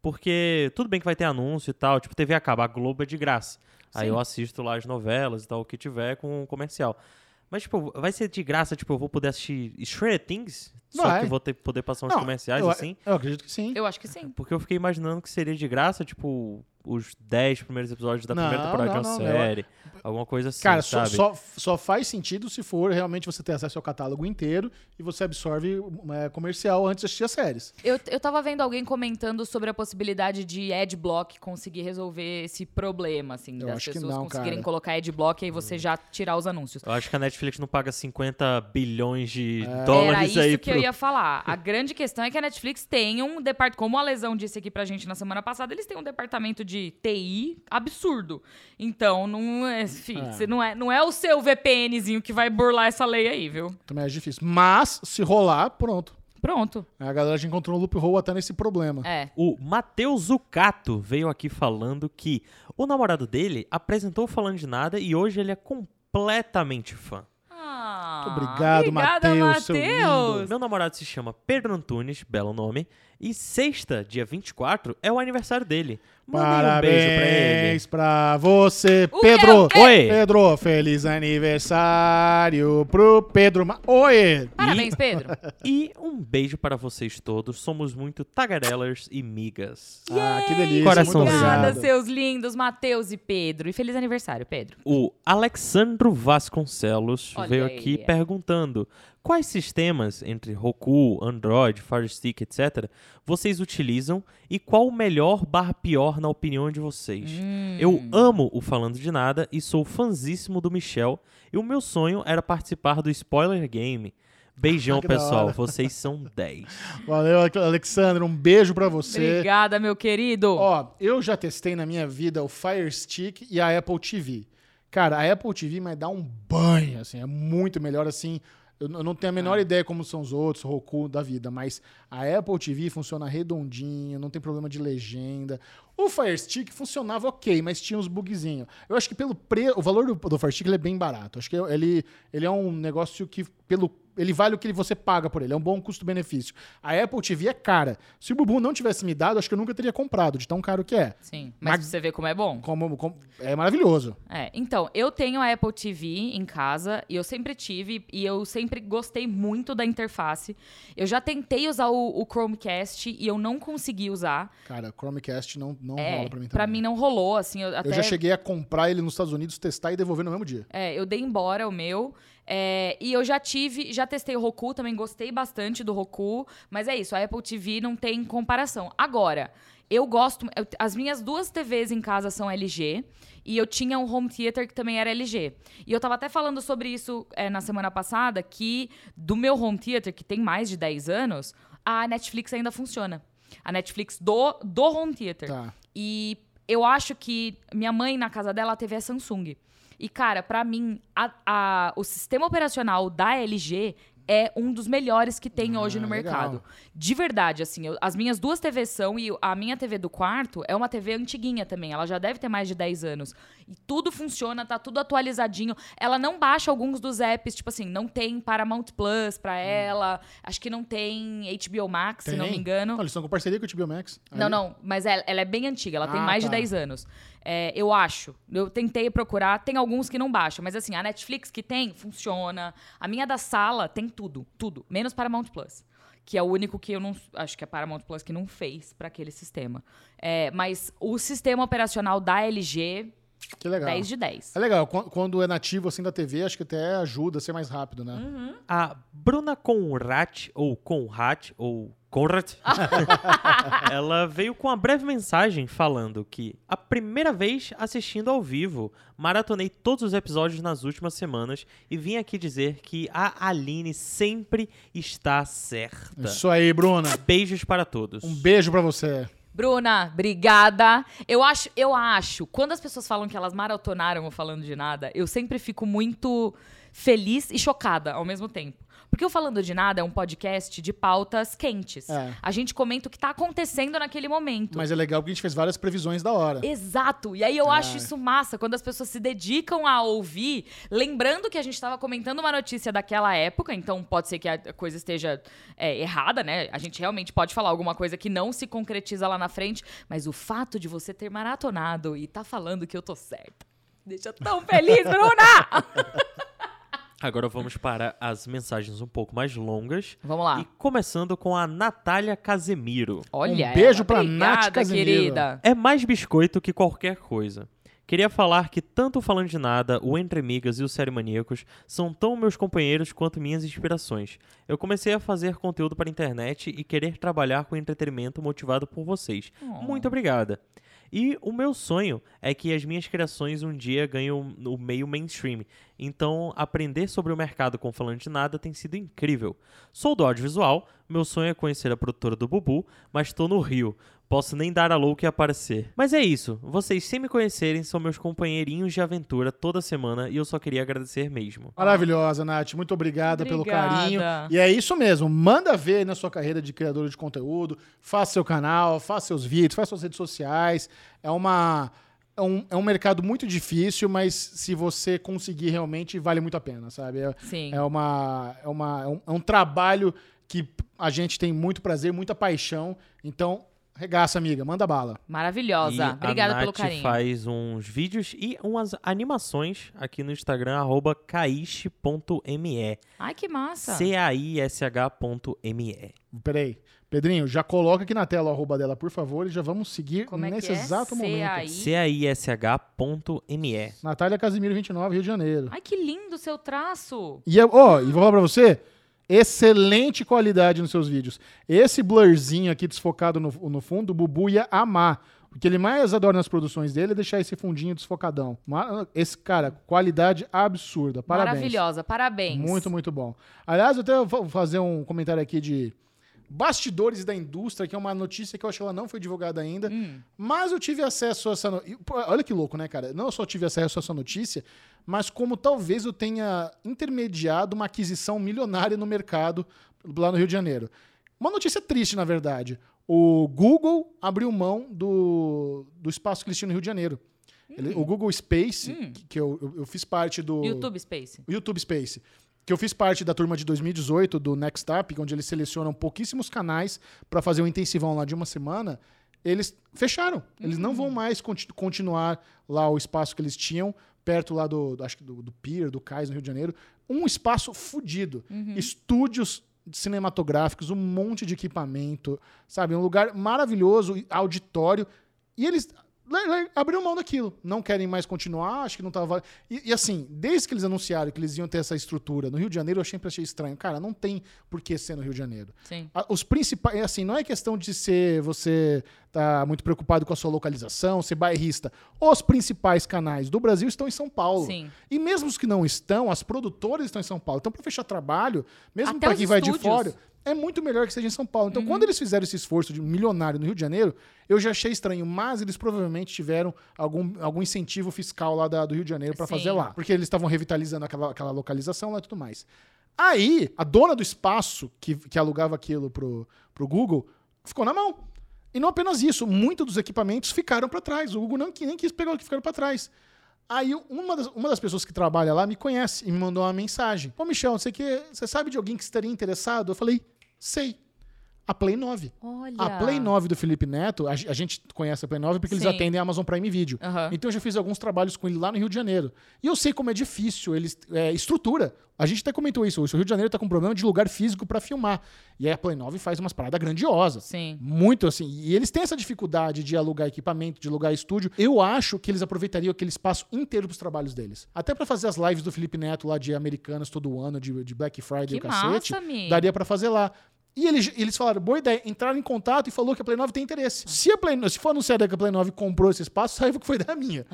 Speaker 3: Porque tudo bem que vai ter anúncio e tal, tipo, TV acaba, a Globo é de graça. Aí
Speaker 2: Sim.
Speaker 3: eu assisto lá as novelas e tal, o que tiver com o comercial. Mas, tipo, vai ser de graça, tipo, eu vou poder assistir Stranger Things? Só
Speaker 1: Vai.
Speaker 3: que vou ter, poder passar uns
Speaker 1: Não,
Speaker 3: comerciais,
Speaker 1: eu,
Speaker 3: assim?
Speaker 1: eu acredito que sim.
Speaker 2: Eu acho que sim.
Speaker 3: Porque eu fiquei imaginando que seria de graça, tipo, os 10 primeiros episódios da primeira
Speaker 1: Não,
Speaker 3: temporada de
Speaker 1: não,
Speaker 3: uma
Speaker 1: não, não.
Speaker 3: série. Alguma coisa assim,
Speaker 1: Cara, só,
Speaker 3: sabe?
Speaker 1: só, só faz sentido se for realmente você ter acesso ao catálogo inteiro e você absorve é, comercial antes de assistir as séries.
Speaker 2: Eu, eu tava vendo alguém comentando sobre a possibilidade de adblock conseguir resolver esse problema, assim,
Speaker 1: Eu
Speaker 2: das
Speaker 1: acho que
Speaker 2: pessoas
Speaker 1: não,
Speaker 2: conseguirem
Speaker 1: cara. Hum.
Speaker 2: colocar adblock e aí você já tirar os anúncios.
Speaker 3: Eu acho que a Netflix não paga 50 bilhões
Speaker 1: É.
Speaker 3: de
Speaker 2: Era
Speaker 3: dólares
Speaker 2: isso
Speaker 3: aí
Speaker 2: que
Speaker 3: pro-
Speaker 2: eu ia falar. A grande questão é que a Netflix tem um departamento, como a Lesão disse aqui pra gente na semana passada, eles têm um departamento de TI absurdo. Então, não é, fi,
Speaker 1: É.
Speaker 2: cê não é, não é o seu VPNzinho que vai burlar essa lei aí, viu?
Speaker 1: Também é difícil. Mas, se rolar, pronto.
Speaker 2: Pronto.
Speaker 1: A galera já encontrou um loophole até nesse problema.
Speaker 2: É.
Speaker 3: O Matheus Zucato veio aqui falando que o namorado dele apresentou o falando de nada e hoje ele é completamente fã.
Speaker 2: Ah,
Speaker 1: Muito obrigado,
Speaker 2: obrigada,
Speaker 1: Matheus, seu
Speaker 2: Matheus.
Speaker 3: Meu namorado se chama Pedro Antunes, belo nome, e sexta, dia 24, é o aniversário dele. Mandei um beijo pra ele.
Speaker 1: Parabéns pra você,
Speaker 2: O quê?
Speaker 1: Pedro.
Speaker 2: O quê?
Speaker 3: Oi.
Speaker 1: Pedro, feliz aniversário pro Pedro. Ma Oi!
Speaker 2: Parabéns, Pedro.
Speaker 3: E um beijo para vocês todos. Somos muito tagarelas e migas.
Speaker 1: Ah, que delícia.
Speaker 3: Coraçãozinho.
Speaker 1: Muito
Speaker 2: Obrigada,
Speaker 1: obrigado.
Speaker 2: seus lindos, Matheus e Pedro. E feliz aniversário, Pedro.
Speaker 3: O Alexandro Vasconcelos
Speaker 2: Olha
Speaker 3: veio
Speaker 2: aí.
Speaker 3: aqui perguntando quais sistemas entre Roku, Android, Fire Stick, etc., vocês utilizam e qual o melhor barra pior na opinião de vocês?
Speaker 2: Hum.
Speaker 3: Eu amo o Falando de Nada e sou fanzíssimo do Michel e o meu sonho era participar do Spoiler Game. Beijão,
Speaker 1: Que da
Speaker 3: pessoal.
Speaker 1: hora.
Speaker 3: Vocês são 10.
Speaker 1: Valeu, Alexandre. Um beijo pra você.
Speaker 2: Obrigada, meu querido.
Speaker 1: Ó, eu já testei na minha vida o Fire Stick e a Apple TV. Cara, a Apple TV mas dá um banho, assim, é muito melhor assim. Eu n- eu não tenho a menor ideia como são os outros, Roku da vida, mas a Apple TV funciona redondinho, não tem problema de legenda. O Fire Stick funcionava ok, mas tinha uns bugzinhos. Eu acho que pelo preço, o valor do, do Fire Stick ele é bem barato. Acho que ele, ele é um negócio que pelo ele vale o que você paga por ele, é um bom custo-benefício. A Apple TV é cara. Se o Bubu não tivesse me dado, acho que eu nunca teria comprado, de tão caro que é.
Speaker 2: Sim, mas pra
Speaker 1: Mag-
Speaker 2: você ver como é bom.
Speaker 1: Como, como- é maravilhoso.
Speaker 2: É, então, eu tenho a Apple TV em casa e eu sempre tive e eu sempre gostei muito da interface. Eu já tentei usar o, o Chromecast e eu não consegui usar.
Speaker 1: Cara, o Chromecast não, não
Speaker 2: é,
Speaker 1: rola pra mim também.
Speaker 2: pra mim não rolou, assim, eu até
Speaker 1: Eu já cheguei a comprar ele nos Estados Unidos, testar e devolver no mesmo dia.
Speaker 2: É, eu dei embora o meu. É, e eu já tive, já testei o Roku, também gostei bastante do Roku. Mas é isso, a Apple TV não tem comparação. Agora, eu gosto. eu- as minhas duas TVs em casa são LG. E eu tinha um home theater que também era LG. E eu tava até falando sobre isso é, na semana passada, que do meu home theater, que tem mais de 10 anos, a Netflix ainda funciona. A Netflix do, do home theater.
Speaker 1: Tá.
Speaker 2: E eu acho que minha mãe, na casa dela, a TV é Samsung. E, cara, pra mim, a- a- o sistema operacional da LG é um dos melhores que tem hoje
Speaker 1: Ah,
Speaker 2: no
Speaker 1: legal.
Speaker 2: mercado. De verdade, assim, eu- as minhas duas TVs são e a minha TV do quarto é uma TV antiguinha também. Ela já deve ter mais de 10 anos. E tudo funciona, tá tudo atualizadinho. Ela não baixa alguns dos apps, tipo assim, não tem Paramount Plus pra ela, acho que não tem HBO Max, se não me
Speaker 1: Hum. Tem?
Speaker 2: engano.
Speaker 1: Não, eles estão com parceria com o HBO Max.
Speaker 2: Não,
Speaker 1: Ali.
Speaker 2: não, mas ela, ela é bem antiga, ela tem
Speaker 1: Ah,
Speaker 2: mais de
Speaker 1: tá.
Speaker 2: 10 anos. É, eu acho. Eu tentei procurar, tem alguns que não baixam, mas assim, a Netflix que tem, funciona. A minha da sala tem tudo, tudo, menos Paramount Plus. Que é o único que eu não. Acho que é Paramount Plus que não fez pra aquele sistema. É, mas o sistema operacional da LG,
Speaker 1: Que legal.
Speaker 2: 10 de 10.
Speaker 1: É legal, quan- quando é nativo assim da TV, acho que até ajuda a ser mais rápido, né?
Speaker 2: Hum.
Speaker 3: A Bruna Conrat, ou Conrat, ou Conrad, ela veio com uma breve mensagem falando que a primeira vez assistindo ao vivo, maratonei todos os episódios nas últimas semanas e vim aqui dizer que a Aline sempre está certa.
Speaker 1: Isso aí, Bruna.
Speaker 2: Tá.
Speaker 3: Beijos para todos.
Speaker 1: Um beijo pra você.
Speaker 2: Bruna, obrigada. Eu acho, eu acho, quando as pessoas falam que elas maratonaram ou falando de nada, eu sempre fico muito feliz e chocada ao mesmo tempo. Porque o Falando de Nada é um podcast de pautas quentes.
Speaker 1: É.
Speaker 2: A gente comenta o que tá acontecendo naquele momento.
Speaker 1: Mas é legal porque a gente fez várias previsões da hora.
Speaker 2: Exato. E aí eu
Speaker 1: Ah.
Speaker 2: acho isso massa, quando as pessoas se dedicam a ouvir, lembrando que a gente estava comentando uma notícia daquela época, então pode ser que a coisa esteja é, errada, né? A gente realmente pode falar alguma coisa que não se concretiza lá na frente, mas o fato de você ter maratonado e tá falando que eu tô certa. Deixa tão feliz, Bruna!
Speaker 3: Agora vamos para as mensagens um pouco mais longas.
Speaker 2: Vamos lá.
Speaker 3: E começando com a Natália Casemiro.
Speaker 2: Olha,
Speaker 1: Um beijo
Speaker 2: ela.
Speaker 1: pra
Speaker 2: Obrigada,
Speaker 1: Nath Casimiro.
Speaker 2: querida.
Speaker 3: É mais biscoito que qualquer coisa. Queria falar que tanto o Falando de Nada, o Entre Migas e o Série Maníacos são tão meus companheiros quanto minhas inspirações. Eu comecei a fazer conteúdo para a internet e querer trabalhar com entretenimento motivado por vocês. Muito obrigada. E o meu sonho é que as minhas criações um dia ganhem o- o meio mainstream. Então, aprender sobre o mercado com o Falando de Nada tem sido incrível. Sou do audiovisual, meu sonho é conhecer a produtora do Bubu, mas estou no Rio. Posso nem dar a louca e aparecer. Mas é isso. Vocês, sem me conhecerem, são meus companheirinhos de aventura toda semana e eu só queria agradecer mesmo.
Speaker 1: Maravilhosa, Nath. Muito obrigada, pelo
Speaker 2: Obrigada.
Speaker 1: carinho. E é isso mesmo. Manda ver aí na sua carreira de criadora de conteúdo. Faça seu canal, faça seus vídeos, faça suas redes sociais. É uma. É um, é um mercado muito difícil, mas se você conseguir realmente, vale muito a pena, sabe? É,
Speaker 2: Sim.
Speaker 1: é uma, é, uma, é, um, é um trabalho que a gente tem muito prazer, muita paixão. Então, regaça, amiga, manda bala.
Speaker 2: Maravilhosa.
Speaker 3: E
Speaker 2: Obrigada
Speaker 3: a
Speaker 2: pelo
Speaker 3: Nath
Speaker 2: carinho.
Speaker 3: faz uns vídeos e umas animações aqui no Instagram, arroba caixe.me.
Speaker 2: Ai, que massa.
Speaker 3: C-A-I-S-H.me.
Speaker 1: Peraí. Pedrinho, já coloca aqui na tela o arroba dela, por favor, e já vamos seguir
Speaker 2: Como é
Speaker 1: nesse
Speaker 2: que é?
Speaker 1: exato momento.
Speaker 2: CAI?
Speaker 3: C-A-I-S-H.me.
Speaker 1: Natália Casimiro, 29, Rio de Janeiro.
Speaker 2: Ai, que lindo o seu traço.
Speaker 1: E, eu- ó, e vou falar pra você, excelente qualidade nos seus vídeos. Esse blurzinho aqui desfocado no, no fundo, o Bubu ia amar. O que ele mais adora nas produções dele é deixar esse fundinho desfocadão. Ma- Esse cara, qualidade absurda. Parabéns.
Speaker 2: Maravilhosa, parabéns.
Speaker 1: Muito, muito bom. Aliás, eu até vou fazer um comentário aqui de bastidores da indústria, que é uma notícia que eu acho que ela não foi divulgada ainda.
Speaker 2: Hum.
Speaker 1: Mas eu tive acesso a essa. no- e, pô, Olha que louco, né, cara? Não só tive acesso a essa notícia, mas como talvez eu tenha intermediado uma aquisição milionária no mercado lá no Rio de Janeiro. Uma notícia triste, na verdade. O Google abriu mão do, do espaço que eles tinham no Rio de Janeiro. Ele- o Google Space,
Speaker 2: Hum.
Speaker 1: que, que eu, eu, eu fiz parte do.
Speaker 2: YouTube Space.
Speaker 1: O YouTube Space. Que eu fiz parte da turma de 2018 do Next Up, onde eles selecionam pouquíssimos canais para fazer um intensivão lá de uma semana. Eles fecharam. Eles não vão mais conti- continuar lá o espaço que eles tinham, perto lá do, do- acho que do, do Pier, do Cais, no Rio de Janeiro. Um espaço fudido. Estúdios cinematográficos, um monte de equipamento, sabe? Um lugar maravilhoso, e auditório. E eles le- le- abriram mão daquilo. Não querem mais continuar, acho que não tava. E, e assim, desde que eles anunciaram que eles iam ter essa estrutura no Rio de Janeiro, eu sempre achei estranho. Cara, não tem por que ser no Rio de Janeiro.
Speaker 2: Sim.
Speaker 1: A- Os principais, assim, não é questão de ser você tá muito preocupado com a sua localização, ser bairrista. Os principais canais do Brasil estão em São Paulo.
Speaker 2: Sim.
Speaker 1: E mesmo os que não estão, as produtoras estão em São Paulo. Então, para fechar trabalho, mesmo
Speaker 2: Até
Speaker 1: para
Speaker 2: os
Speaker 1: quem vai de
Speaker 2: estúdios. Uhum.
Speaker 1: fora, é muito melhor que seja em São Paulo. Então, quando eles fizeram esse esforço de milionário no Rio de Janeiro, eu já achei estranho, mas eles provavelmente tiveram algum, algum incentivo fiscal lá da- do Rio de Janeiro para
Speaker 2: Sim.
Speaker 1: fazer lá. Porque eles estavam revitalizando aquela, aquela localização lá e tudo mais. Aí, a dona do espaço que, que alugava aquilo pro, pro Google ficou na mão. E não apenas isso, muitos dos equipamentos ficaram para trás. O Google não, que- nem quis pegar o que ficaram para trás. Aí uma das, uma das pessoas que trabalha lá me conhece e me mandou uma mensagem. Pô, Michel, você, que, você sabe de alguém que estaria interessado? Eu falei, sei. A Play 9.
Speaker 2: Olha.
Speaker 1: A Play 9 do Felipe Neto, a, ge- a gente conhece a Play 9 porque
Speaker 2: Sim.
Speaker 1: eles atendem a Amazon Prime Video.
Speaker 2: Aham.
Speaker 1: Então eu já fiz alguns trabalhos com ele lá no Rio de Janeiro. E eu sei como é difícil, eles é, estrutura. A gente até comentou isso, o Rio de Janeiro tá com problema de lugar físico para filmar. E aí a Play 9 faz umas paradas grandiosas.
Speaker 2: Sim.
Speaker 1: Muito assim. E eles têm essa dificuldade de alugar equipamento, de alugar estúdio. Eu acho que eles aproveitariam aquele espaço inteiro pros trabalhos deles. Até pra fazer as lives do Felipe Neto lá de Americanas todo ano, de, de Black Friday e
Speaker 2: Que
Speaker 1: o cacete.
Speaker 2: massa, amigo.
Speaker 1: daria pra fazer lá. E eles, eles falaram, boa ideia, entraram em contato e falou que a Play 9 tem interesse. Se, a Play, se for anunciada que a Play 9 comprou esse espaço, saiba que foi da minha.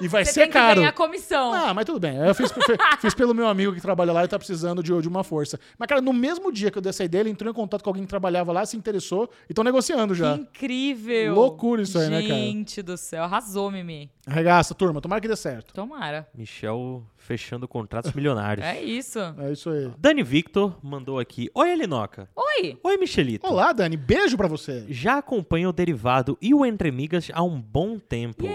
Speaker 1: E vai
Speaker 2: Você
Speaker 1: ser
Speaker 2: tem que
Speaker 1: caro.
Speaker 2: ganhar comissão.
Speaker 1: Ah, mas tudo bem. Eu fiz, fe- fiz pelo meu amigo que trabalha lá e tá precisando de, de uma força. Mas, cara, no mesmo dia que eu dei essa ideia, ele entrou em contato com alguém que trabalhava lá, se interessou e estão negociando
Speaker 2: Que
Speaker 1: já.
Speaker 2: incrível.
Speaker 1: Loucura isso aí, né, cara?
Speaker 2: Gente do céu, arrasou, Mimi.
Speaker 1: Arregaça, turma. Tomara que dê certo.
Speaker 2: Tomara.
Speaker 3: Michel fechando contratos milionários.
Speaker 2: É isso.
Speaker 1: É isso aí.
Speaker 3: Dani Victor mandou aqui. Oi, Elinoca.
Speaker 2: Oi.
Speaker 3: Oi, Michelito.
Speaker 1: Olá, Dani. Beijo pra você.
Speaker 3: Já acompanho o Derivado e o Entre Migas há um bom tempo.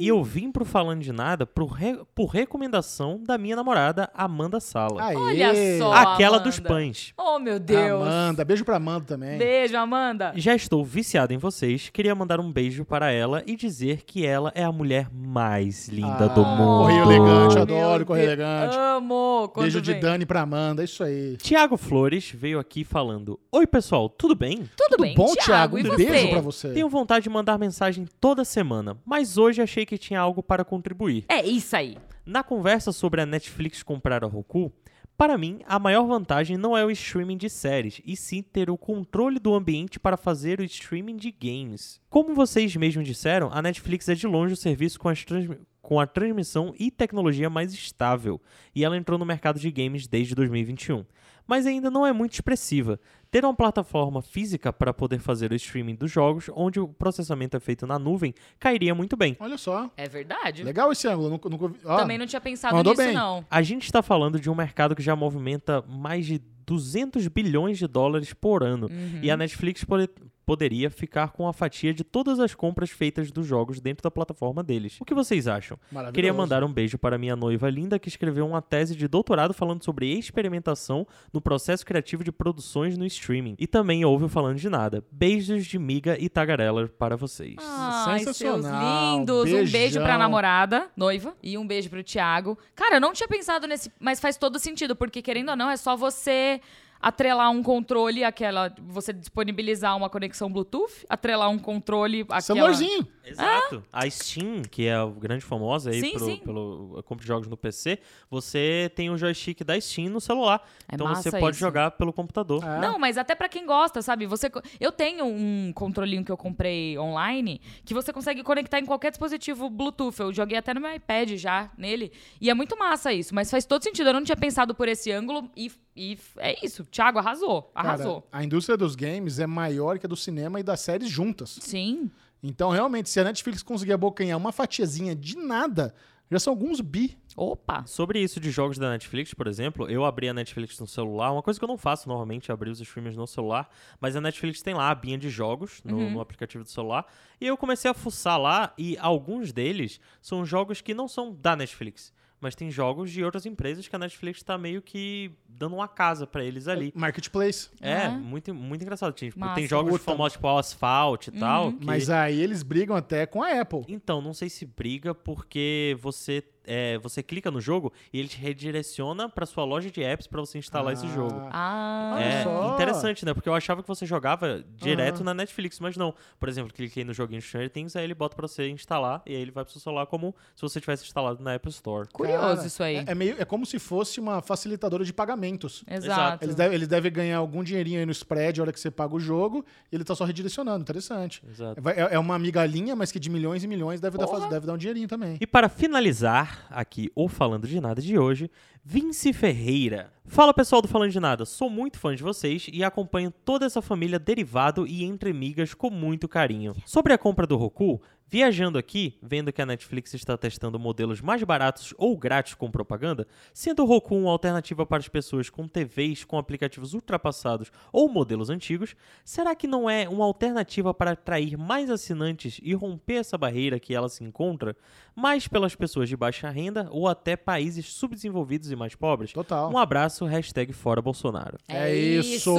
Speaker 3: E eu vim pro Falando de Nada pro re- por recomendação da minha namorada, Amanda Sala.
Speaker 1: Aê. Ah,
Speaker 2: Olha só.
Speaker 3: Aquela
Speaker 2: Amanda.
Speaker 3: dos pães.
Speaker 2: Oh, meu Deus.
Speaker 1: Amanda. Beijo pra Amanda também.
Speaker 2: Beijo, Amanda.
Speaker 3: Já estou viciado em vocês, queria mandar um beijo para ela e dizer que ela é a mulher mais linda
Speaker 1: Ah,
Speaker 3: do mundo.
Speaker 1: Correio elegante,
Speaker 2: Meu
Speaker 1: adoro correio
Speaker 2: Deus.
Speaker 1: elegante.
Speaker 2: Amo. Quando
Speaker 1: Beijo de
Speaker 2: vem.
Speaker 1: Dani pra Amanda. é Isso aí.
Speaker 3: Tiago Flores veio aqui falando: Oi, pessoal, tudo bem?
Speaker 2: Tudo,
Speaker 1: Tudo
Speaker 2: bem,
Speaker 1: bom,
Speaker 2: Thiago?
Speaker 1: Thiago?
Speaker 2: E
Speaker 1: Um
Speaker 2: você?
Speaker 1: beijo pra você.
Speaker 3: Tenho vontade de mandar mensagem toda semana, mas hoje achei que tinha algo para contribuir.
Speaker 2: É isso aí.
Speaker 3: Na conversa sobre a Netflix comprar a Roku, para mim, a maior vantagem não é o streaming de séries, e sim ter o controle do ambiente para fazer o streaming de games. Como vocês mesmos disseram, a Netflix é de longe o serviço com, as transmi- com a transmissão e tecnologia mais estável, e ela entrou no mercado de games desde 2021. Mas ainda não é muito expressiva. Ter uma plataforma física para poder fazer o streaming dos jogos, onde o processamento é feito na nuvem, cairia muito bem.
Speaker 1: Olha só.
Speaker 2: É verdade.
Speaker 1: Legal esse ângulo. Nunca, nunca... ouvi- ó,
Speaker 2: Também não tinha pensado
Speaker 1: mandou
Speaker 2: nisso,
Speaker 1: bem.
Speaker 2: não.
Speaker 3: A gente está falando de um mercado que já movimenta mais de 200 bilhões de dólares por ano. E a Netflix pode- poderia ficar com a fatia de todas as compras feitas dos jogos dentro da plataforma deles. O que vocês acham?
Speaker 1: maravilhoso.
Speaker 3: Queria mandar um beijo para minha noiva linda que escreveu uma tese de doutorado falando sobre experimentação no processo criativo de produções no streaming. E também ouve o falando de nada. Beijos de miga e tagarela para vocês.
Speaker 2: Ah, Ai, seus
Speaker 1: Sensacional.
Speaker 2: lindos. Um beijo
Speaker 1: Beijão.
Speaker 2: pra namorada, noiva, e um beijo pro Thiago. Cara, eu não tinha pensado nesse, mas faz todo sentido, porque querendo ou não, é só você atrelar um controle àquela. Você disponibilizar uma conexão Bluetooth, atrelar um controle àquela.
Speaker 1: Celularzinho.
Speaker 3: Exato. A Steam, que é a grande famosa aí
Speaker 2: Ah! Sim,
Speaker 3: pro,
Speaker 2: sim.
Speaker 3: pelo a compra de jogos no PC, você tem o joystick da Steam no celular.
Speaker 2: É
Speaker 3: então você
Speaker 2: massa
Speaker 3: pode
Speaker 2: isso.
Speaker 3: jogar pelo computador.
Speaker 1: É.
Speaker 2: Não, mas até pra quem gosta, sabe? Você, co- eu tenho um controlinho que eu comprei online que você consegue conectar em qualquer dispositivo Bluetooth. Eu joguei até no meu iPad já nele. E é muito massa isso, mas faz todo sentido. Eu não tinha pensado por esse ângulo e, e é isso. Thiago arrasou.
Speaker 1: Cara,
Speaker 2: Arrasou.
Speaker 1: a indústria dos games é maior que a do cinema e das séries juntas.
Speaker 2: Sim.
Speaker 1: Então, realmente, se a Netflix conseguir abocanhar uma fatiazinha de nada, já são alguns bi.
Speaker 2: Opa.
Speaker 3: Sobre isso de jogos da Netflix, por exemplo, eu abri a Netflix no celular, uma coisa que eu não faço normalmente, é abrir os streamers no celular, mas a Netflix tem lá a abinha de jogos no,
Speaker 2: Uhum.
Speaker 3: no aplicativo do celular, e eu comecei a fuçar lá, e alguns deles são jogos que não são da Netflix, mas tem jogos de outras empresas que a Netflix tá meio que dando uma casa pra eles ali.
Speaker 1: Marketplace.
Speaker 3: É,
Speaker 2: Ah.
Speaker 3: muito, muito engraçado. Tipo,
Speaker 2: Massa.
Speaker 3: tem jogos
Speaker 1: Puta.
Speaker 3: famosos tipo Asphalt e tal. que-
Speaker 1: Mas aí eles brigam até com a Apple.
Speaker 3: Então, não sei se briga, porque você é, você clica no jogo e ele te redireciona pra sua loja de apps pra você instalar Tá esse jogo.
Speaker 2: Ah.
Speaker 1: Ah, Olha
Speaker 3: É
Speaker 1: só.
Speaker 3: interessante, né? Porque eu achava que você jogava direto
Speaker 1: Aham.
Speaker 3: na Netflix, mas não. Por exemplo, cliquei no joguinho Stranger Things, aí ele bota pra você instalar e aí ele vai pro seu celular como se você tivesse instalado na Apple Store.
Speaker 2: Curioso
Speaker 1: Cara,
Speaker 2: isso aí.
Speaker 1: É, é meio, é como se fosse uma facilitadora de pagamentos.
Speaker 2: Exato.
Speaker 1: Eles devem, eles devem ganhar algum dinheirinho aí no spread a hora que você paga o jogo e ele tá só redirecionando. Interessante.
Speaker 3: Exato.
Speaker 1: Vai- É, é uma amigalhinha, mas que de milhões e milhões deve, dar,
Speaker 2: Porra.
Speaker 1: faz- deve dar um dinheirinho também.
Speaker 3: E para finalizar aqui o Falando de Nada de hoje, Vince Ferreira. Fala pessoal do Falando de Nada, sou muito fã de vocês e acompanho toda essa família derivado e entre migas com muito carinho. Sobre a compra do Roku, Viajando aqui, vendo que a Netflix está testando modelos mais baratos ou grátis com propaganda, sendo o Roku uma alternativa para as pessoas com TVs com aplicativos ultrapassados ou modelos antigos, será que não é uma alternativa para atrair mais assinantes e romper essa barreira que ela se encontra, mais pelas pessoas de baixa renda ou até países subdesenvolvidos e mais pobres?
Speaker 1: Total.
Speaker 3: Um abraço, hashtag fora Bolsonaro.
Speaker 1: É isso!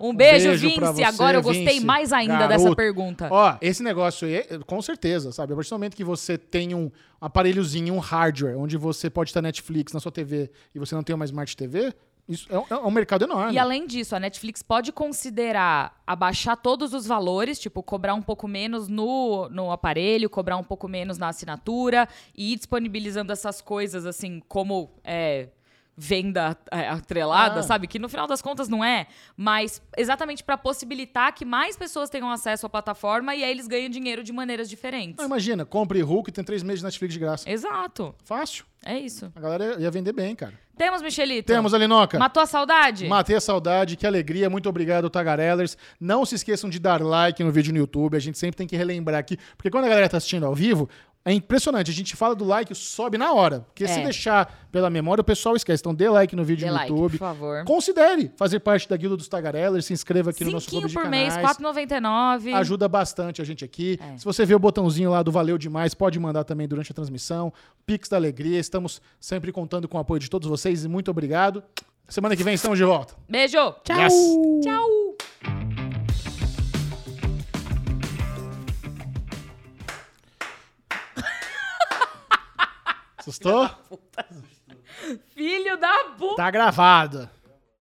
Speaker 2: Um beijo,
Speaker 1: Beijo pra
Speaker 2: Vince!
Speaker 1: você,
Speaker 2: Agora eu gostei
Speaker 1: Vince.
Speaker 2: mais ainda dessa
Speaker 1: Garoto.
Speaker 2: pergunta.
Speaker 1: Ó, esse negócio aí, é, com certeza, sabe? A partir do momento que você tem um aparelhozinho, um hardware, onde você pode estar Netflix na sua TV e você não tem uma Smart TV, isso é um, é um mercado enorme.
Speaker 2: E além disso, a Netflix pode considerar abaixar todos os valores, tipo, cobrar um pouco menos no, no aparelho, cobrar um pouco menos na assinatura e ir disponibilizando essas coisas, assim, como é, venda é, atrelada,
Speaker 1: Ah.
Speaker 2: sabe? Que no final das contas não é, mas exatamente para possibilitar que mais pessoas tenham acesso à plataforma e aí eles ganham dinheiro de maneiras diferentes.
Speaker 1: Não, imagina, compre Hulk e tem três meses de Netflix de
Speaker 2: É.
Speaker 1: graça.
Speaker 2: Exato,
Speaker 1: Fácil.
Speaker 2: é isso.
Speaker 1: A galera ia vender bem, cara.
Speaker 2: Temos, Michelito?
Speaker 1: Temos, Alinoca.
Speaker 2: Matou a saudade?
Speaker 1: Matei a saudade, que alegria. Muito obrigado, Tagarellers. Não se esqueçam de dar like no vídeo no YouTube. A gente sempre tem que relembrar aqui, porque quando a galera tá assistindo ao vivo, é impressionante. A gente fala do like, sobe na hora. Porque se
Speaker 2: É.
Speaker 1: deixar pela memória, o pessoal esquece. Então dê like no vídeo
Speaker 2: Dê
Speaker 1: no
Speaker 2: like,
Speaker 1: YouTube.
Speaker 2: por favor.
Speaker 1: Considere fazer parte da Guilda dos Tagarellers. Se inscreva aqui no nosso clube
Speaker 2: Cinquinho
Speaker 1: de
Speaker 2: por mês,
Speaker 1: canais.
Speaker 2: R$4,99.
Speaker 1: Ajuda bastante a gente aqui.
Speaker 2: É.
Speaker 1: Se você vê o botãozinho lá do Valeu Demais, pode mandar também durante a transmissão. Pix da Alegria. Estamos sempre contando com o apoio de todos vocês e muito obrigado. Semana que vem estamos de volta.
Speaker 2: Beijo. Tchau.
Speaker 1: Yes.
Speaker 2: Tchau.
Speaker 1: Assustou?
Speaker 2: Filho da puta.
Speaker 1: Tá gravado.